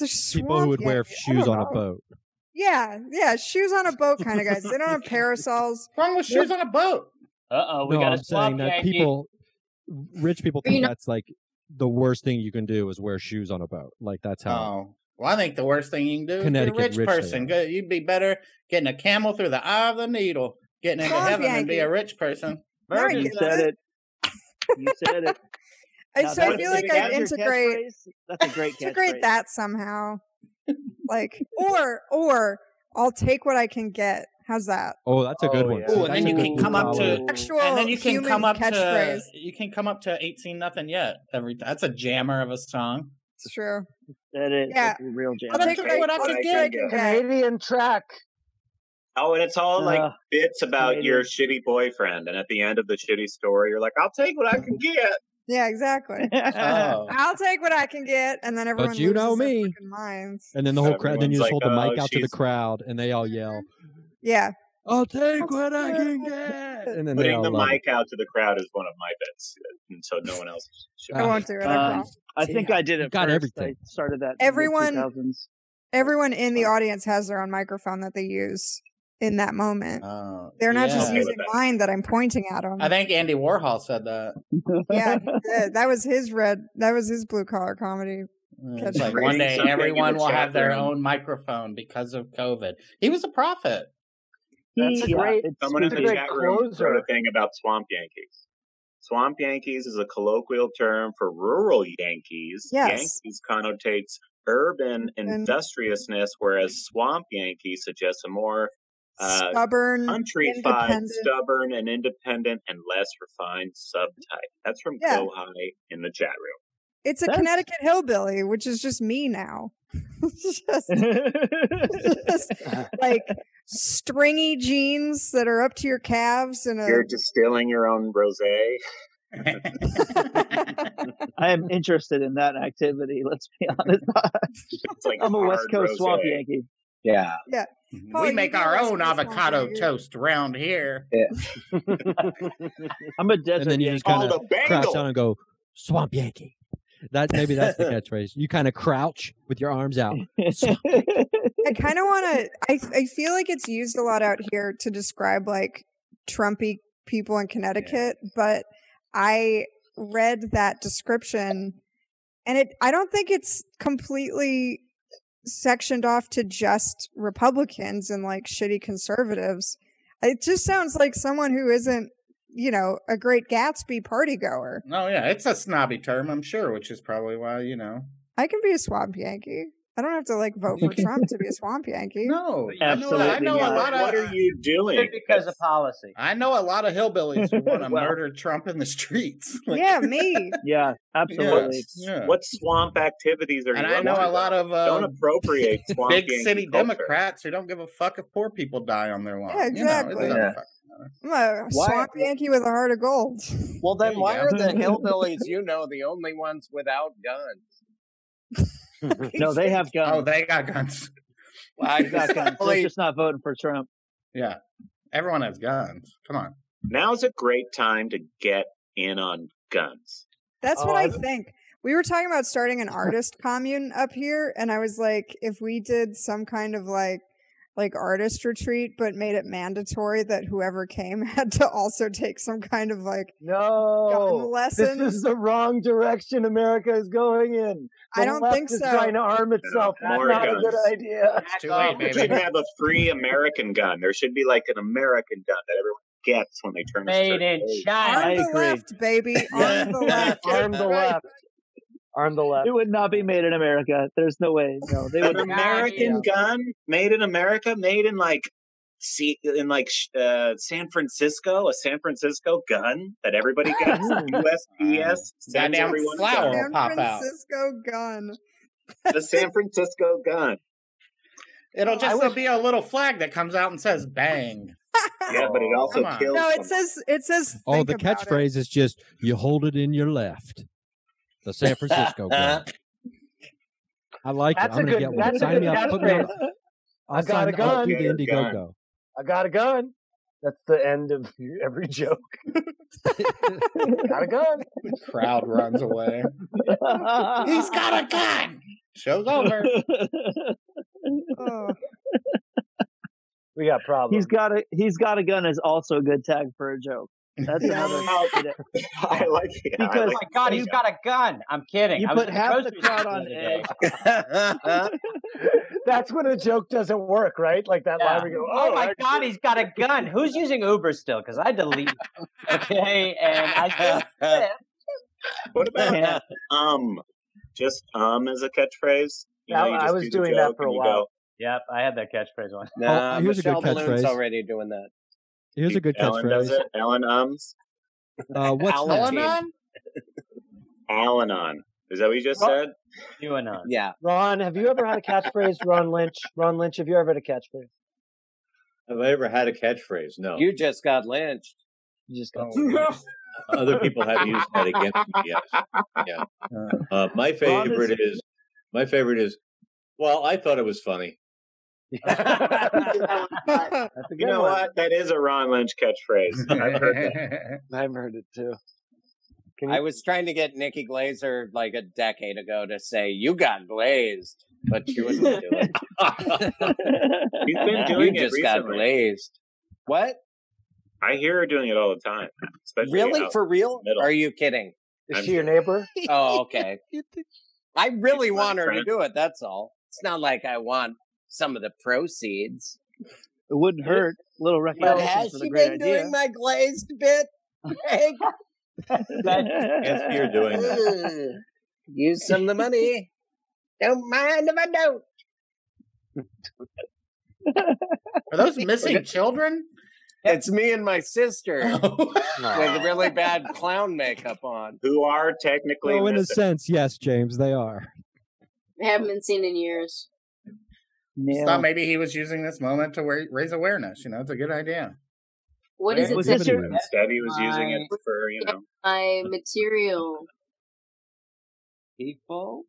Speaker 4: they're
Speaker 3: People who would wear shoes on a boat.
Speaker 4: Yeah, yeah, shoes on a boat kind of guys. They don't have parasols.
Speaker 8: Wrong with shoes on a boat.
Speaker 7: Uh oh, we
Speaker 3: no,
Speaker 7: got
Speaker 3: I'm
Speaker 7: a swamp
Speaker 3: saying that
Speaker 7: Yankee.
Speaker 3: people, rich people,
Speaker 4: Are you
Speaker 3: think
Speaker 4: not-
Speaker 3: that's like the worst thing you can do is wear shoes on a boat. Like that's how.
Speaker 8: Oh. Well, I think the worst thing you can do is be a
Speaker 3: Connecticut rich
Speaker 8: rich,
Speaker 3: they
Speaker 8: person. Go- You'd be better getting a camel through the eye of the needle, getting into
Speaker 4: Swamp
Speaker 8: heaven and be
Speaker 4: Yankee.
Speaker 8: a rich person.
Speaker 4: No, I You get said
Speaker 9: it. You said it.
Speaker 4: I,
Speaker 9: Now
Speaker 4: so I
Speaker 9: that's-
Speaker 4: feel
Speaker 9: if
Speaker 4: like
Speaker 9: that
Speaker 4: I'd
Speaker 9: was your
Speaker 4: integrate
Speaker 9: catchphrase, That's a great
Speaker 4: integrate
Speaker 9: catchphrase.
Speaker 4: that somehow. Like or or I'll take what I can get. How's that?
Speaker 3: Oh, that's a good one.
Speaker 8: Ooh, and
Speaker 3: that's
Speaker 8: then
Speaker 3: a
Speaker 8: you
Speaker 3: good
Speaker 8: can
Speaker 3: blue
Speaker 8: come up to
Speaker 3: collar-
Speaker 4: Actual
Speaker 8: and then you can
Speaker 4: human
Speaker 8: come up
Speaker 4: catchphrase.
Speaker 8: to you can come up to eighteen nothing yet. Every that's a jammer of a song.
Speaker 4: It's true.
Speaker 9: That is
Speaker 4: Yeah.
Speaker 9: that's a real jam.
Speaker 4: I'll take what I
Speaker 13: what
Speaker 4: can
Speaker 13: I
Speaker 4: get.
Speaker 13: can get.
Speaker 11: Canadian track.
Speaker 13: Oh, and it's all like
Speaker 9: Uh,
Speaker 13: bits about your shitty boyfriend, and at the end of the shitty story, you're like, "I'll take what I can get."
Speaker 4: Yeah, exactly.
Speaker 8: Oh.
Speaker 4: I'll take what I can get, and then everyone
Speaker 3: you know
Speaker 4: loses their
Speaker 3: me.
Speaker 4: fucking minds.
Speaker 3: And then the whole crowd. Then you
Speaker 13: Everyone's
Speaker 3: just hold
Speaker 13: like,
Speaker 3: the mic
Speaker 13: "Oh,
Speaker 3: out to the
Speaker 13: she's-
Speaker 3: crowd, and they all yell,
Speaker 4: Yeah.
Speaker 3: "I'll take what I can get." And then they
Speaker 13: Putting
Speaker 3: all
Speaker 13: the
Speaker 3: love it.
Speaker 13: mic out to the crowd is one of my bets, and so no one else. Should
Speaker 3: I won't
Speaker 4: do it,
Speaker 9: I promise. I think I did
Speaker 3: You
Speaker 9: it
Speaker 3: got
Speaker 9: first.
Speaker 3: everything.
Speaker 9: I started that
Speaker 4: Everyone-
Speaker 9: in the 2000s.
Speaker 4: Everyone in the audience has their own microphone that they use in that moment.
Speaker 8: Oh,
Speaker 4: They're not just
Speaker 8: yeah.
Speaker 4: using mine that I'm pointing at them.
Speaker 8: I think Andy Warhol said that.
Speaker 4: yeah, he did. that was his red. That was his blue collar comedy.
Speaker 8: It's like
Speaker 4: catchphrase.
Speaker 8: one day
Speaker 13: Something in
Speaker 8: everyone
Speaker 13: the
Speaker 8: will
Speaker 13: chat
Speaker 8: have their
Speaker 13: room.
Speaker 8: own microphone because of COVID. He was a prophet.
Speaker 11: That's a
Speaker 9: Yeah,
Speaker 11: great.
Speaker 9: it's
Speaker 13: Someone in
Speaker 11: It's a
Speaker 13: the
Speaker 11: great
Speaker 13: chat room wrote a
Speaker 11: closer.
Speaker 13: thing about swamp Yankees. Swamp Yankees is a colloquial term for rural Yankees.
Speaker 4: Yes.
Speaker 13: Yankees connotates urban industriousness, whereas swamp Yankee suggests a more uh,
Speaker 4: Stubborn,
Speaker 13: countryfied,
Speaker 4: independent.
Speaker 13: stubborn, and independent and less refined subtype. That's from
Speaker 4: Yeah.
Speaker 13: Go High in the chat room.
Speaker 4: It's a Connecticut hillbilly, which is just me now. It's just, just, like stringy jeans that are up to your calves and a
Speaker 13: You're distilling your own rosé.
Speaker 9: I am interested in that activity. Let's be honest.
Speaker 13: It's like
Speaker 9: I'm a West
Speaker 8: hard
Speaker 9: Coast
Speaker 8: rosé.
Speaker 9: swamp Yankee.
Speaker 6: Yeah.
Speaker 4: yeah.
Speaker 8: we make our own avocado toast round here.
Speaker 9: I'm a desert.
Speaker 3: And then you just
Speaker 9: Yankee.
Speaker 3: kind of crouch down and go, "Swamp Yankee." That maybe that's the catchphrase. You kind of crouch with your arms out. Swamp
Speaker 4: I kind of want to. I I feel like it's used a lot out here to describe like Trumpy people in Connecticut, but I read that description, and it. I don't think it's completely sectioned off to just Republicans and like shitty conservatives. It just sounds like someone who isn't, you know, a great Gatsby party goer.
Speaker 8: Oh yeah, it's a snobby term, I'm sure, which is probably why you know.
Speaker 4: I can be a swamp Yankee. I don't have to like vote for Trump to be a swamp Yankee.
Speaker 8: No, I
Speaker 7: Absolutely
Speaker 8: know a
Speaker 7: not.
Speaker 8: lot of.
Speaker 7: What
Speaker 13: are you doing?
Speaker 7: Because of policy.
Speaker 8: I know a lot of hillbillies who want to
Speaker 7: Well.
Speaker 8: murder Trump in the streets.
Speaker 4: yeah, me.
Speaker 9: Yeah,
Speaker 8: absolutely. Yeah.
Speaker 13: What swamp activities are
Speaker 8: And
Speaker 13: you?
Speaker 8: I
Speaker 13: up
Speaker 8: know
Speaker 13: to?
Speaker 8: a lot of,
Speaker 13: don't
Speaker 8: um,
Speaker 13: appropriate swamp
Speaker 8: Big
Speaker 13: Yankee
Speaker 8: city
Speaker 13: culture.
Speaker 8: Democrats who don't give a fuck if poor people die on their lawn.
Speaker 4: Yeah,
Speaker 8: You know,
Speaker 4: exactly.
Speaker 8: it doesn't
Speaker 4: Yeah.
Speaker 8: fuck-
Speaker 4: I'm a
Speaker 6: Why-
Speaker 4: swamp Yankee with a heart of gold.
Speaker 6: Well, then
Speaker 8: There you
Speaker 6: why
Speaker 8: go.
Speaker 6: are the hillbillies you know the only ones without guns?
Speaker 9: no, they have guns.
Speaker 8: Oh, they Oh, got guns.
Speaker 6: Well, I
Speaker 9: He's not
Speaker 6: just-
Speaker 9: gonna- he's
Speaker 6: Holy-
Speaker 9: just not voting for Trump.
Speaker 8: Yeah. Everyone has guns. Come on.
Speaker 5: Now's a great time to get in on guns.
Speaker 4: That's
Speaker 5: Oh,
Speaker 4: what I
Speaker 5: I've-
Speaker 4: think. We were talking about starting an artist commune up here, and I was like, if we did some kind of like like artist retreat, but made it mandatory that whoever came had to also take some kind of like
Speaker 11: no
Speaker 4: lesson.
Speaker 11: This is the wrong direction America is going in. The
Speaker 4: I don't
Speaker 11: left
Speaker 4: think
Speaker 11: is
Speaker 4: so.
Speaker 11: trying to arm itself. That's
Speaker 5: more
Speaker 11: not a
Speaker 5: guns.
Speaker 11: good idea.
Speaker 5: Um, we should have a free American gun. There should be like an American gun that everyone gets when they turn a
Speaker 11: Made
Speaker 5: certain
Speaker 11: in
Speaker 5: age.
Speaker 11: China.
Speaker 4: arm
Speaker 11: I
Speaker 4: the
Speaker 11: agree.
Speaker 4: left, baby, arm the left.
Speaker 11: Arm the left. Arm the left.
Speaker 9: It would not be made in America. There's no way. No, they would
Speaker 5: An American gun made in America, made in like see in like sh- uh, San Francisco, a San Francisco gun that everybody gets. USPS sends
Speaker 8: Goddamn
Speaker 5: everyone a
Speaker 8: flower
Speaker 5: gun.
Speaker 8: will pop out.
Speaker 4: Francisco gun.
Speaker 5: The San Francisco gun.
Speaker 8: It'll just there'll be a little flag that comes out and says "bang."
Speaker 5: Yeah, but it also
Speaker 8: Come on.
Speaker 5: kills.
Speaker 4: No, it says it says
Speaker 3: Oh, the catchphrase is just "You hold it in your left." The San Francisco
Speaker 6: Uh,
Speaker 3: gun. I like
Speaker 11: That's
Speaker 3: it.
Speaker 11: a
Speaker 3: I'm gonna
Speaker 11: good-
Speaker 3: get one.
Speaker 11: that's a
Speaker 3: sign
Speaker 11: good
Speaker 3: me up. Put me on.
Speaker 11: catchphrase.
Speaker 3: I'll
Speaker 11: I got
Speaker 3: sign
Speaker 11: a
Speaker 3: up.
Speaker 11: gun.
Speaker 3: Do
Speaker 11: Get a
Speaker 3: the
Speaker 11: gun.
Speaker 3: Indiegogo.
Speaker 11: I got a gun. That's the end of every joke. got a gun.
Speaker 8: Crowd runs away.
Speaker 9: He's
Speaker 8: got a gun. Show's over.
Speaker 4: Oh.
Speaker 11: We got problems.
Speaker 9: He's got a he's got a gun is also a good tag for a joke. That's another.
Speaker 5: I like it.
Speaker 9: I like
Speaker 7: Because, my God,
Speaker 9: it.
Speaker 7: he's got a gun. I'm kidding.
Speaker 9: You
Speaker 7: I was
Speaker 9: put
Speaker 7: at
Speaker 9: half the
Speaker 7: grocery
Speaker 9: crowd
Speaker 7: store
Speaker 9: on
Speaker 7: the
Speaker 9: edge.
Speaker 7: other day.
Speaker 11: That's when a joke doesn't work, right? Like that
Speaker 7: Yeah.
Speaker 11: line. We go,
Speaker 7: oh, my God, he's got a gun. Who's using Uber still? Because I delete. Okay, and I still
Speaker 5: What about um? Just um as a catchphrase. You
Speaker 7: Yeah,
Speaker 5: know, you
Speaker 7: I
Speaker 5: just
Speaker 7: was
Speaker 5: do the
Speaker 7: doing that
Speaker 5: joke
Speaker 7: for a
Speaker 5: and you
Speaker 7: while.
Speaker 5: go,
Speaker 7: Yep, I had that catchphrase once.
Speaker 6: Nah,
Speaker 3: Oh, here's a good
Speaker 6: Michelle Balloon's
Speaker 3: catchphrase.
Speaker 6: already doing that.
Speaker 3: Here's a good
Speaker 5: Alan does
Speaker 3: catchphrase.
Speaker 5: it. Alan ums.
Speaker 3: Uh, what's
Speaker 5: Alan
Speaker 3: next?
Speaker 5: Alanon. Is that what you just
Speaker 11: Ro-
Speaker 5: said?
Speaker 7: QAnon.
Speaker 6: Yeah.
Speaker 11: Ron, have you ever had a catchphrase? Ron Lynch. Ron Lynch, have you ever had a catchphrase?
Speaker 12: Have I ever had a catchphrase? No.
Speaker 6: You just got lynched.
Speaker 11: You just
Speaker 12: got Other people have used that against me. Yes. Yeah. Uh, my favorite is, my favorite is. Well, I thought it was funny.
Speaker 5: You know what? That is a Ron Lynch catchphrase. I've heard that.
Speaker 11: I've heard it too.
Speaker 6: I was trying to get Nikki Glazer like a decade ago to say, You got glazed, but she wouldn't do it.
Speaker 5: She's been doing
Speaker 6: you
Speaker 5: it
Speaker 6: just got
Speaker 5: recently.
Speaker 6: glazed. What?
Speaker 5: I hear her doing it all the time. Especially
Speaker 6: Really?
Speaker 5: out
Speaker 6: For
Speaker 5: in
Speaker 6: real?
Speaker 5: the middle.
Speaker 6: Are you kidding?
Speaker 11: Is she your neighbor?
Speaker 6: Oh, okay. I really
Speaker 5: It's
Speaker 6: want her to
Speaker 5: friend.
Speaker 6: do it. That's all. It's not like I want some of the proceeds.
Speaker 9: It wouldn't hurt. Little
Speaker 6: But
Speaker 9: recognition
Speaker 6: has
Speaker 9: for the
Speaker 6: she
Speaker 9: great
Speaker 6: been
Speaker 9: idea.
Speaker 6: doing my glazed bit? Greg?
Speaker 12: Yes, you're doing that.
Speaker 6: Ugh. Use some of the money. Don't mind if I don't.
Speaker 8: Are those missing children? Oh.
Speaker 6: It's me and my sister with really bad clown makeup on.
Speaker 5: Who are technically
Speaker 3: Oh, in a
Speaker 5: missing.
Speaker 3: sense, yes, James, they are.
Speaker 10: I haven't been seen in years.
Speaker 8: Just thought maybe he was using this moment to wa- raise awareness. You know, it's a good idea.
Speaker 10: What is it?
Speaker 8: Was
Speaker 10: that
Speaker 8: this your-
Speaker 10: you-
Speaker 5: Instead, he was using it
Speaker 4: Um,
Speaker 10: My-
Speaker 5: for you know.
Speaker 10: My material
Speaker 6: People?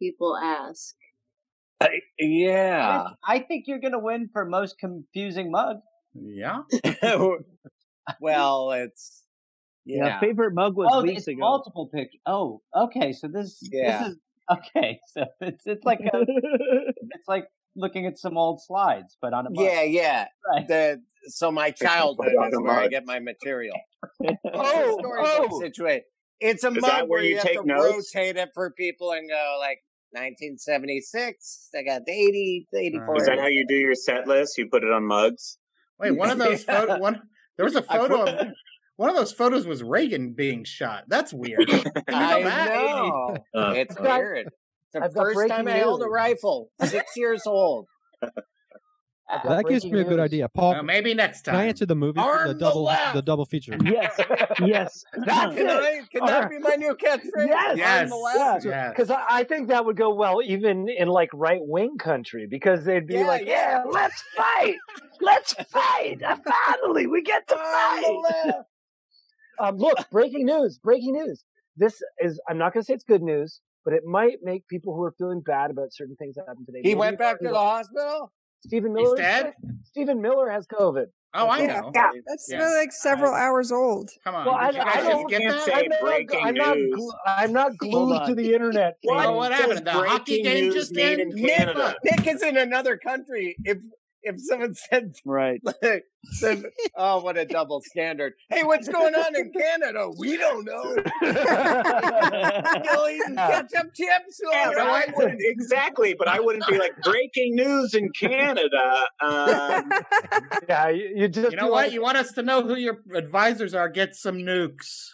Speaker 10: people ask.
Speaker 6: yeah.
Speaker 7: I think you're gonna win for most confusing mug.
Speaker 8: Yeah.
Speaker 6: well, it's
Speaker 9: Yeah,
Speaker 6: yeah.
Speaker 9: favorite mug was
Speaker 7: oh,
Speaker 9: weeks
Speaker 7: it's
Speaker 9: ago.
Speaker 7: multiple pick. Oh, okay. So this
Speaker 6: Yeah.
Speaker 7: this is okay. So it's it's like a, it's like looking at some old slides, but on a mug.
Speaker 6: Yeah, yeah. The so my childhood
Speaker 7: But on
Speaker 6: is
Speaker 7: a
Speaker 6: where I
Speaker 7: mug.
Speaker 6: get my material.
Speaker 7: Oh,
Speaker 6: storybook
Speaker 7: oh.
Speaker 6: situation. It's a
Speaker 5: Is
Speaker 6: mug
Speaker 5: that where
Speaker 6: where
Speaker 5: you
Speaker 6: you,
Speaker 5: take
Speaker 6: have to
Speaker 5: notes?
Speaker 6: rotate it for people and go like 1976. I got the 80, the 84.
Speaker 5: Is that how you do your set list? You put it on mugs.
Speaker 8: Wait, one of those photo one there was a
Speaker 5: I
Speaker 8: photo of one of those photos was Reagan being shot. That's weird. Can we go
Speaker 6: I
Speaker 8: back?
Speaker 6: know.
Speaker 12: Uh,
Speaker 6: It's
Speaker 12: oh,
Speaker 11: I've got-
Speaker 6: weird. The
Speaker 11: I've got
Speaker 6: first time
Speaker 11: breaking
Speaker 6: I held a
Speaker 11: news.
Speaker 6: rifle, six years old.
Speaker 3: that gives me a good idea, Paul.
Speaker 5: Oh,
Speaker 8: Well, maybe next
Speaker 3: Can I
Speaker 8: time.
Speaker 3: answer the movie,
Speaker 6: Arm
Speaker 3: the
Speaker 6: the
Speaker 3: double,
Speaker 6: left!
Speaker 3: the double feature?
Speaker 9: Yes, yes.
Speaker 11: That's
Speaker 6: Can,
Speaker 11: it.
Speaker 6: I, can that be my new catchphrase?
Speaker 11: Yes.
Speaker 6: On the left?
Speaker 11: Because I, I think that would go well even in like right wing country because they'd be
Speaker 6: Yeah,
Speaker 11: like,
Speaker 6: yeah.
Speaker 11: yeah. let's fight. Let's fight. Uh, Finally, we get to fight. Um, look, breaking news. Breaking news. This is, I'm not going to say it's good news, but it might make people who are feeling bad about certain things that happened today.
Speaker 6: He went back to the hospital.
Speaker 11: Stephen
Speaker 6: He's
Speaker 11: Miller. is
Speaker 6: dead?
Speaker 11: sick. Stephen Miller has COVID.
Speaker 8: Oh, I
Speaker 4: Yeah,
Speaker 8: know.
Speaker 4: yeah, that's
Speaker 8: Yeah.
Speaker 4: like several hours old.
Speaker 8: Come on,
Speaker 11: Well, I,
Speaker 8: did you
Speaker 11: I
Speaker 8: guys
Speaker 11: don't
Speaker 8: just get that?
Speaker 11: I'm not, I'm not, glu- I'm not glued to the internet.
Speaker 6: What?
Speaker 8: Oh, what
Speaker 6: does
Speaker 8: happened? The hockey
Speaker 6: breaking
Speaker 8: game
Speaker 6: news
Speaker 8: just
Speaker 6: mean
Speaker 8: ended.
Speaker 6: in Canada? Nick, Nick is in another country. If if someone said
Speaker 9: right,
Speaker 6: said, oh, what a double standard. Hey, what's going on in Canada? We don't know. Billy's ketchup chips. all
Speaker 5: Yeah, but
Speaker 6: right.
Speaker 5: I wouldn't exactly, but I wouldn't be like breaking news in Canada. Um,
Speaker 11: yeah, you, just
Speaker 8: You know what? You want us to know who your advisors are? Get some nukes.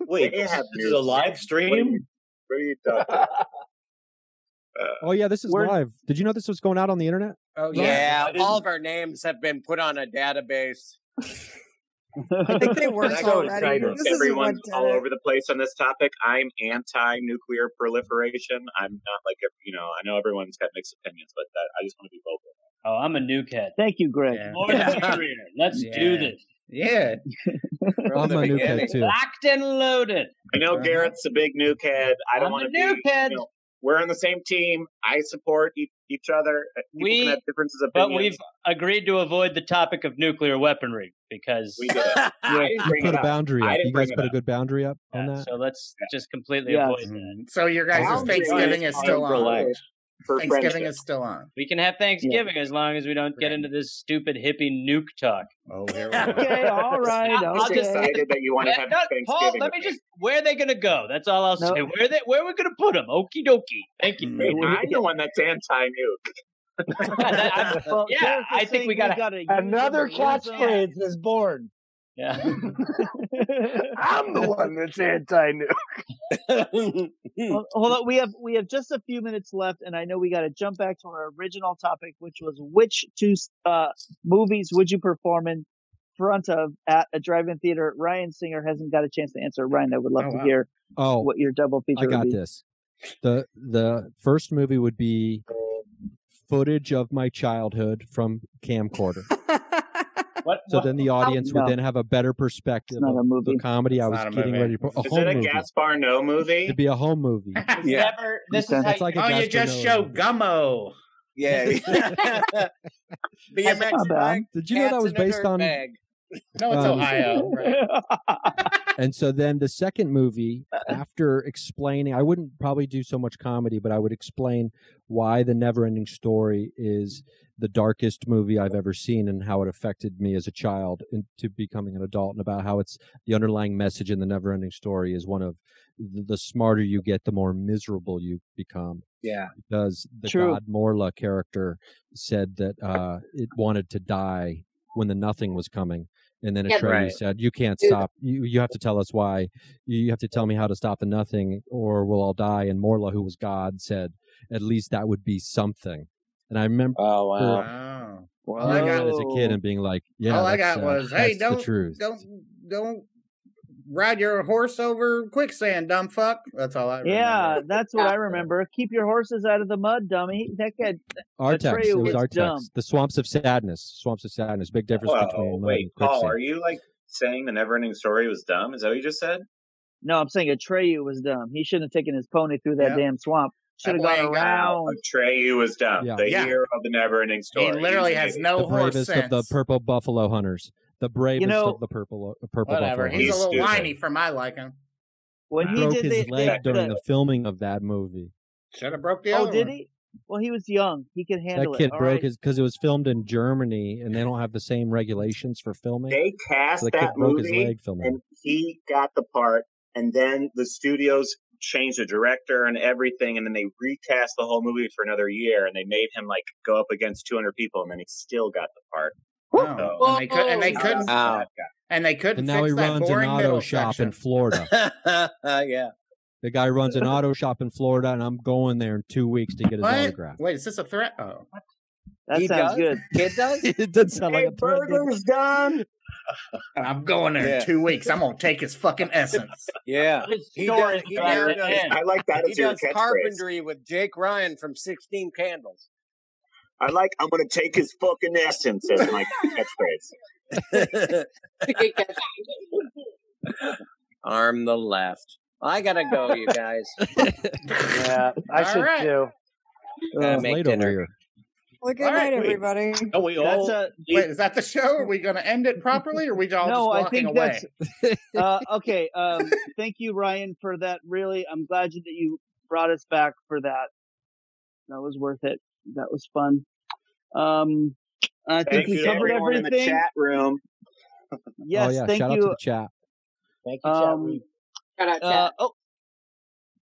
Speaker 12: Wait, this
Speaker 8: have
Speaker 12: is a live stream?
Speaker 5: What are you talking about?
Speaker 3: oh yeah, this is
Speaker 6: we're-
Speaker 3: live. Did you know this was going out on the internet?
Speaker 8: Oh
Speaker 6: yeah, all of our names have been put on a database.
Speaker 4: I think they were
Speaker 5: Can I go
Speaker 4: already.
Speaker 5: and
Speaker 4: This isn't what
Speaker 5: everyone's
Speaker 4: did
Speaker 5: all
Speaker 4: it.
Speaker 5: over the place on this topic. I'm anti-nuclear proliferation. I'm not like ev- you know. I know everyone's got mixed opinions, but that, I just want to be vocal.
Speaker 15: Oh, I'm a nuke head.
Speaker 9: Thank you, Greg.
Speaker 15: More the merrier. Let's do
Speaker 5: Yeah.
Speaker 15: this.
Speaker 8: Yeah.
Speaker 3: I'm a nuke head too.
Speaker 15: Locked and loaded.
Speaker 5: I know Garrett's a big nuke head. I don't
Speaker 15: I'm
Speaker 5: want
Speaker 15: a
Speaker 5: to be.
Speaker 15: nuke head.
Speaker 5: You know, we're on the same team. I support e- each other. Uh, People
Speaker 15: We-
Speaker 5: can have differences of
Speaker 15: But
Speaker 5: opinions.
Speaker 15: we've agreed to avoid the topic of nuclear weaponry because
Speaker 5: We did it. I didn't
Speaker 3: You
Speaker 5: bring
Speaker 3: put
Speaker 5: it
Speaker 3: a
Speaker 5: up.
Speaker 3: boundary
Speaker 5: I
Speaker 3: up.
Speaker 5: didn't
Speaker 3: You guys
Speaker 5: bring it
Speaker 3: put a
Speaker 5: up.
Speaker 3: good boundary up on that.
Speaker 15: So let's just completely
Speaker 9: Yes.
Speaker 15: avoid that.
Speaker 8: So your guys'
Speaker 5: Boundaries
Speaker 8: Thanksgiving is still
Speaker 5: are
Speaker 8: on.
Speaker 5: good for
Speaker 8: Thanksgiving
Speaker 5: friendship.
Speaker 8: is still on.
Speaker 15: We can have Thanksgiving as long as we don't get into this stupid hippie nuke talk.
Speaker 8: Oh, here we
Speaker 9: Okay, all right,
Speaker 15: I'll
Speaker 9: okay.
Speaker 15: just
Speaker 5: excited that you want to
Speaker 15: Yeah,
Speaker 5: have
Speaker 15: no,
Speaker 5: Thanksgiving.
Speaker 15: Paul, let me just. Where are they going to go? That's all I'll
Speaker 9: No.
Speaker 15: say. Where they? Where are we going to put them? Okie dokie. Thank you.
Speaker 5: Wait, Mm. I'm the one that's anti-nuke.
Speaker 15: Yeah, that- I'm-
Speaker 9: Well,
Speaker 15: yeah,
Speaker 9: Gareth was
Speaker 15: I think
Speaker 9: saying
Speaker 15: we gotta-
Speaker 9: gotta use them
Speaker 11: Another
Speaker 9: and lose them.
Speaker 11: catchphrase is born.
Speaker 15: Yeah.
Speaker 11: I'm the one that's anti-nuke.
Speaker 9: Hold hold on, we have we have just a few minutes left, and I know we got to jump back to our original topic, which was which two uh, movies would you perform in front of at a drive-in theater? Ryan Singer hasn't got a chance to answer. Ryan, I would love
Speaker 3: Oh,
Speaker 9: to
Speaker 3: wow.
Speaker 9: hear
Speaker 3: Oh,
Speaker 9: what your double feature
Speaker 3: I got
Speaker 9: would be.
Speaker 3: this. the The first movie would be footage of my childhood from camcorder.
Speaker 15: What,
Speaker 3: So then the audience would
Speaker 9: No.
Speaker 3: then have a better perspective
Speaker 9: not
Speaker 3: of
Speaker 9: a
Speaker 3: the comedy I was
Speaker 8: not a
Speaker 3: getting
Speaker 8: movie.
Speaker 3: ready for. A
Speaker 5: Is
Speaker 3: home
Speaker 5: it a
Speaker 3: movie.
Speaker 5: Gaspar No movie?
Speaker 3: It'd be a home movie.
Speaker 5: Yeah.
Speaker 15: Never. This
Speaker 3: Okay.
Speaker 15: is how.
Speaker 3: It's like a
Speaker 8: Oh, you
Speaker 3: Gaspar
Speaker 8: just
Speaker 3: Noé
Speaker 8: show
Speaker 3: movie.
Speaker 8: Gummo.
Speaker 6: Yeah.
Speaker 9: That's
Speaker 6: BMX
Speaker 9: not bad.
Speaker 6: bike.
Speaker 3: Did you know that
Speaker 6: cats
Speaker 3: was
Speaker 6: in a
Speaker 3: based
Speaker 6: dirt
Speaker 3: on-
Speaker 6: Bag.
Speaker 8: No, it's
Speaker 3: Um,
Speaker 8: Ohio. Right?
Speaker 3: and so then the second movie after explaining i wouldn't probably do so much comedy but i would explain why the never ending story is the darkest movie i've ever seen and how it affected me as a child into becoming an adult and about how it's the underlying message in the never ending story is one of th- the smarter you get the more miserable you become
Speaker 6: Yeah.
Speaker 3: because the
Speaker 9: True.
Speaker 3: god morla character said that uh, it wanted to die when the nothing was coming and then
Speaker 10: Yeah,
Speaker 3: Atreyu
Speaker 10: Right.
Speaker 3: said, "You can't
Speaker 10: Dude.
Speaker 3: stop. You you have to tell us why. You you have to tell me how to stop the nothing, or we'll all die." And Morla, who was God, said, "At least that would be something." And I remember
Speaker 6: Oh
Speaker 8: Wow. All I
Speaker 3: hearing
Speaker 8: got
Speaker 3: that as a kid and being like, "Yeah,
Speaker 8: all I
Speaker 3: that's,
Speaker 8: got
Speaker 3: uh,
Speaker 8: was, "Hey,
Speaker 3: that's the
Speaker 8: don't
Speaker 3: truth."
Speaker 8: don't don't ride your horse over quicksand, dumb fuck." That's all I remember.
Speaker 9: Yeah, that's what I remember. Keep your horses out of the mud, dummy. That guy,
Speaker 3: Artex.
Speaker 9: Atreyu
Speaker 3: It was
Speaker 9: was
Speaker 3: Artex.
Speaker 9: dumb.
Speaker 3: The swamps of sadness. Swamps of sadness. Big difference
Speaker 5: Whoa,
Speaker 3: between mud
Speaker 5: wait,
Speaker 3: and
Speaker 5: Paul,
Speaker 3: quicksand.
Speaker 5: are you like saying the Neverending Story was dumb? Is that what you just said?
Speaker 9: No, I'm saying Atreyu was dumb. He shouldn't have taken his pony through that
Speaker 5: Yeah.
Speaker 9: damn swamp. Should have
Speaker 8: boy
Speaker 9: gone
Speaker 8: ain't got-
Speaker 9: around.
Speaker 5: Atreyu was dumb.
Speaker 3: Yeah.
Speaker 5: The
Speaker 8: Yeah.
Speaker 5: hero of the Neverending Story.
Speaker 8: He literally
Speaker 5: He's an
Speaker 8: has
Speaker 5: idiot.
Speaker 8: no
Speaker 3: the
Speaker 8: horse
Speaker 3: bravest of
Speaker 8: sense.
Speaker 3: the purple buffalo hunters. The bravest
Speaker 9: know,
Speaker 3: of the purple uh, purple
Speaker 8: Whatever.
Speaker 3: buffalo.
Speaker 8: He's a
Speaker 3: hunters.
Speaker 8: little
Speaker 5: stupid.
Speaker 8: whiny for my liking.
Speaker 9: When he
Speaker 3: broke
Speaker 9: did
Speaker 3: his
Speaker 9: the,
Speaker 3: leg
Speaker 9: the,
Speaker 3: during
Speaker 9: the
Speaker 3: the filming of that movie.
Speaker 8: Should have broke the
Speaker 9: oh,
Speaker 8: other
Speaker 9: did
Speaker 8: one.
Speaker 9: he? Well, he was young. He could
Speaker 3: That
Speaker 9: handle it.
Speaker 3: kid
Speaker 9: All
Speaker 3: broke
Speaker 9: right.
Speaker 3: his because it was filmed in Germany and they don't have the same regulations for filming.
Speaker 5: They
Speaker 3: So
Speaker 5: cast
Speaker 3: the kid
Speaker 5: that
Speaker 3: broke his
Speaker 5: movie
Speaker 3: leg filming.
Speaker 5: and he got the part, and then the studios changed the director and everything, and then they recast the whole movie for another year, and they made him like go up against 200 people, and then he still got the part.
Speaker 8: Wow.
Speaker 5: So,
Speaker 8: And they could and they
Speaker 5: how
Speaker 8: couldn't
Speaker 5: about
Speaker 6: Ow.
Speaker 5: that guy?
Speaker 8: and they couldn't
Speaker 3: And now he
Speaker 8: fix that
Speaker 3: runs an
Speaker 8: boring
Speaker 3: auto
Speaker 8: middle Uh,
Speaker 3: shop
Speaker 8: section.
Speaker 3: in Florida.
Speaker 6: yeah.
Speaker 3: The guy runs an auto shop in Florida, and I'm going there in two weeks to get his
Speaker 8: What?
Speaker 3: autograph.
Speaker 8: Wait, is this a threat? Oh,
Speaker 9: That
Speaker 6: he
Speaker 9: sounds
Speaker 6: does.
Speaker 9: good.
Speaker 6: Kid does.
Speaker 3: it doesn't sound like
Speaker 5: Hey,
Speaker 3: a threat. does it?
Speaker 5: burger's done.
Speaker 8: I'm going there
Speaker 6: Yeah.
Speaker 8: in two weeks. I'm gonna take his fucking essence.
Speaker 6: Yeah.
Speaker 9: His
Speaker 6: He
Speaker 9: story
Speaker 6: does. He
Speaker 9: drives
Speaker 6: now
Speaker 9: it
Speaker 6: does.
Speaker 9: in.
Speaker 5: I like that
Speaker 6: He
Speaker 5: as your
Speaker 6: does
Speaker 5: catchphrase.
Speaker 6: carpentry with Jake Ryan from Sixteen Candles.
Speaker 5: I like I'm gonna take his fucking essence as my catchphrase.
Speaker 3: Uh,
Speaker 10: It's a good catch.
Speaker 6: Arm the left. I gotta go, you guys.
Speaker 11: yeah, I
Speaker 6: All
Speaker 11: should
Speaker 6: right.
Speaker 11: too.
Speaker 15: Uh,
Speaker 6: Gotta make dinner.
Speaker 4: Well, good
Speaker 8: All
Speaker 4: night,
Speaker 8: right, wait.
Speaker 4: everybody.
Speaker 12: Oh, we
Speaker 8: all wait. Is that the show? Are we going to end it properly, or are we all
Speaker 9: No, I
Speaker 8: just walking
Speaker 9: think
Speaker 8: away?
Speaker 9: uh, okay. Um, thank you, Ryan, for that. Really, I'm glad you, that you brought us back for that. That was worth it. That was fun. Um, I think
Speaker 5: Thank
Speaker 9: we
Speaker 5: you to
Speaker 9: covered
Speaker 5: everyone in
Speaker 9: everything.
Speaker 5: the chat room.
Speaker 9: Yes,
Speaker 3: oh yeah,
Speaker 9: thank
Speaker 3: shout
Speaker 9: you.
Speaker 3: out to the chat.
Speaker 11: Thank
Speaker 9: you, chat room.
Speaker 10: Shout out
Speaker 9: Um, Uh, oh,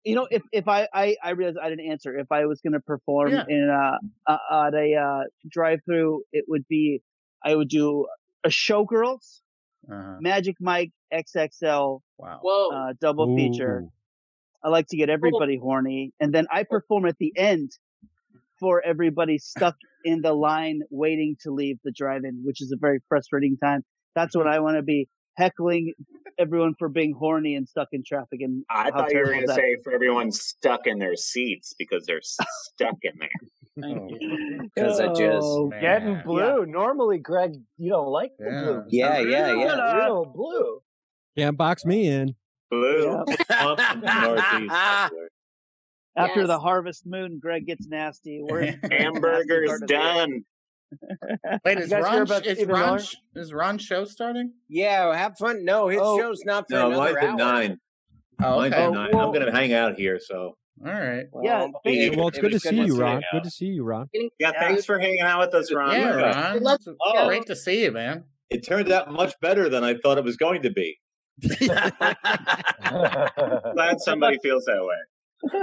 Speaker 9: you know, if if I I, I realized I didn't answer. If I was going to perform
Speaker 8: Yeah.
Speaker 9: in a, a at a uh, drive-through, it would be I would do a Showgirls, Magic Mike XXL,
Speaker 8: wow,
Speaker 10: Whoa.
Speaker 9: uh, double feature. I like to get everybody horny, and then
Speaker 10: Oh.
Speaker 9: I perform at the end for everybody stuck in the line waiting to leave the drive-in, which is a very frustrating time. That's when I want to be heckling everyone for being horny and stuck in traffic. And
Speaker 5: I
Speaker 9: how
Speaker 5: thought you were
Speaker 9: terrible
Speaker 5: going to
Speaker 9: that
Speaker 5: say for everyone stuck in their seats because they're s- stuck in
Speaker 8: Oh,
Speaker 5: there.
Speaker 6: Because
Speaker 13: uh,
Speaker 6: I
Speaker 11: Oh,
Speaker 6: just
Speaker 11: getting blue. Normally, Greg, you don't like the
Speaker 6: Yeah.
Speaker 11: blue.
Speaker 6: Yeah, yeah,
Speaker 11: Real-
Speaker 6: yeah.
Speaker 11: Real blue.
Speaker 3: Can't box me in.
Speaker 5: Blue.
Speaker 9: After
Speaker 11: Yes.
Speaker 9: the harvest moon, Greg gets nasty. We're in for a nasty
Speaker 5: Hamburger's
Speaker 9: start of the year.
Speaker 5: done.
Speaker 8: Wait,
Speaker 9: You guys
Speaker 8: is
Speaker 9: hear
Speaker 8: Ron
Speaker 9: about
Speaker 8: is
Speaker 9: Stephen
Speaker 8: Ron
Speaker 9: Miller?
Speaker 8: sh- is Ron show starting?
Speaker 6: Yeah, have fun. No, his
Speaker 8: Oh.
Speaker 6: show's not for
Speaker 12: No,
Speaker 6: another
Speaker 12: mine's
Speaker 6: hour.
Speaker 12: at nine.
Speaker 8: Oh,
Speaker 12: Mine's
Speaker 8: okay.
Speaker 12: at
Speaker 8: Oh,
Speaker 12: nine.
Speaker 8: well-
Speaker 12: I'm going to hang out here. So
Speaker 8: All right.
Speaker 9: Yeah,
Speaker 12: Hey,
Speaker 3: well, it's
Speaker 12: it
Speaker 3: good to
Speaker 12: was
Speaker 3: see you,
Speaker 12: to
Speaker 3: Ron.
Speaker 12: hang
Speaker 3: Good to see you, Ron.
Speaker 5: Yeah, thanks for hanging out with us, Ron.
Speaker 8: Yeah,
Speaker 12: Look,
Speaker 8: Ron. It's
Speaker 12: Oh.
Speaker 8: Great to see you, man.
Speaker 12: It turned out much better than I thought it was going to be.
Speaker 5: Glad somebody feels that way.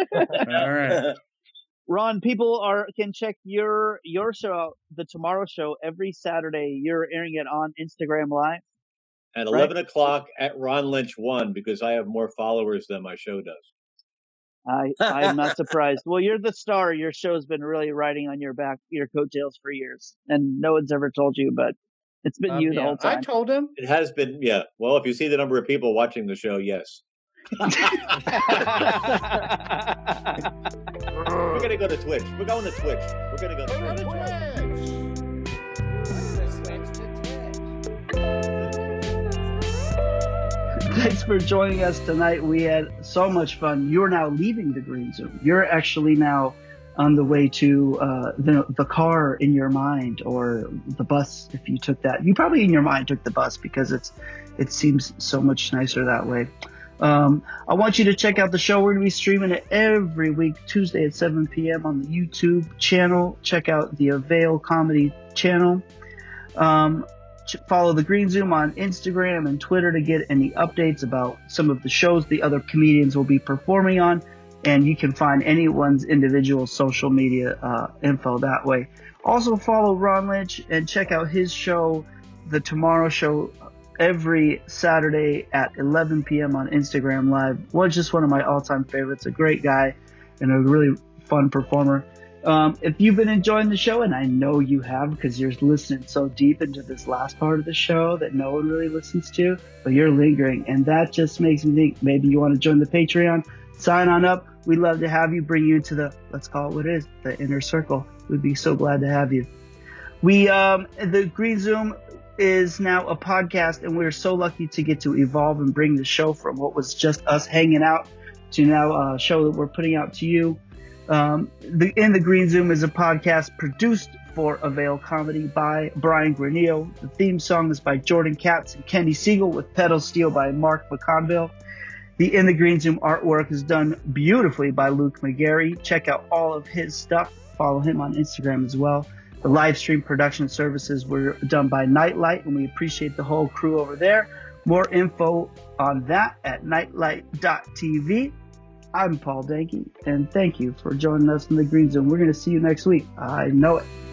Speaker 8: All right.
Speaker 9: Ron, people are can check your your show, the Tomorrow Show, every Saturday. You're airing it on Instagram Live.
Speaker 12: At
Speaker 9: Right.
Speaker 12: 11 o'clock at Ron Lynch 1 because I have more followers than my show does.
Speaker 9: I I'm not surprised. Well, you're the star. Your show's been really riding on your back, your coattails for years, and no one's ever told you, but it's been you the whole time.
Speaker 8: Um, told him.
Speaker 12: It has been, yeah. Well, if you see the number of people watching the show, yes. We're going to go to Twitch. We're going to Twitch. We're going to go to Twitch.
Speaker 1: Thanks for joining us tonight. We had so much fun. You're now leaving the green zone. You're actually now on the way to uh, the the car in your mind or the bus if you took that. You probably in your mind took the bus because it's it seems so much nicer that way. Um, I want you to check out the show. We're going to be streaming it every week, Tuesday at 7 p.m. on the YouTube channel. Check out the Avail Comedy channel. Um, ch- follow the Green Zoom on Instagram and Twitter to get any updates about some of the shows the other comedians will be performing on. And you can find anyone's individual social media uh, info that way. Also, follow Ron Lynch and check out his show, The Tomorrow Show, every Saturday at 11 p.m. on Instagram Live. Was just one of my all time favorites. A great guy and a really fun performer. Um, if you've been enjoying the show, and I know you have because you're listening so deep into this last part of the show that no one really listens to, but you're lingering, and that just makes me think maybe you want to join the Patreon. Sign on up. We'd love to have you, bring you into the, let's call it what it is, the inner circle. We'd be so glad to have you. We, um, the Green Zoom is now a podcast, and we're so lucky to get to evolve and bring the show from what was just us hanging out to now a show that we're putting out to you. Um, the In the Green Zoom is a podcast produced for Avail Comedy by Brian Granillo. The theme song is by Jordan Katz and Kenny Siegel with Pedal Steel by Mark McConville. The In the Green Zoom artwork is done beautifully by Luke McGarry. Check out all of his stuff. Follow him on Instagram as well. The live stream production services were done by Nightlight, and we appreciate the whole crew over there. More info on that at nightlight.tv. I'm Paul Danke, and thank you for joining us in the Green Zone. We're going to see you next week. I know it.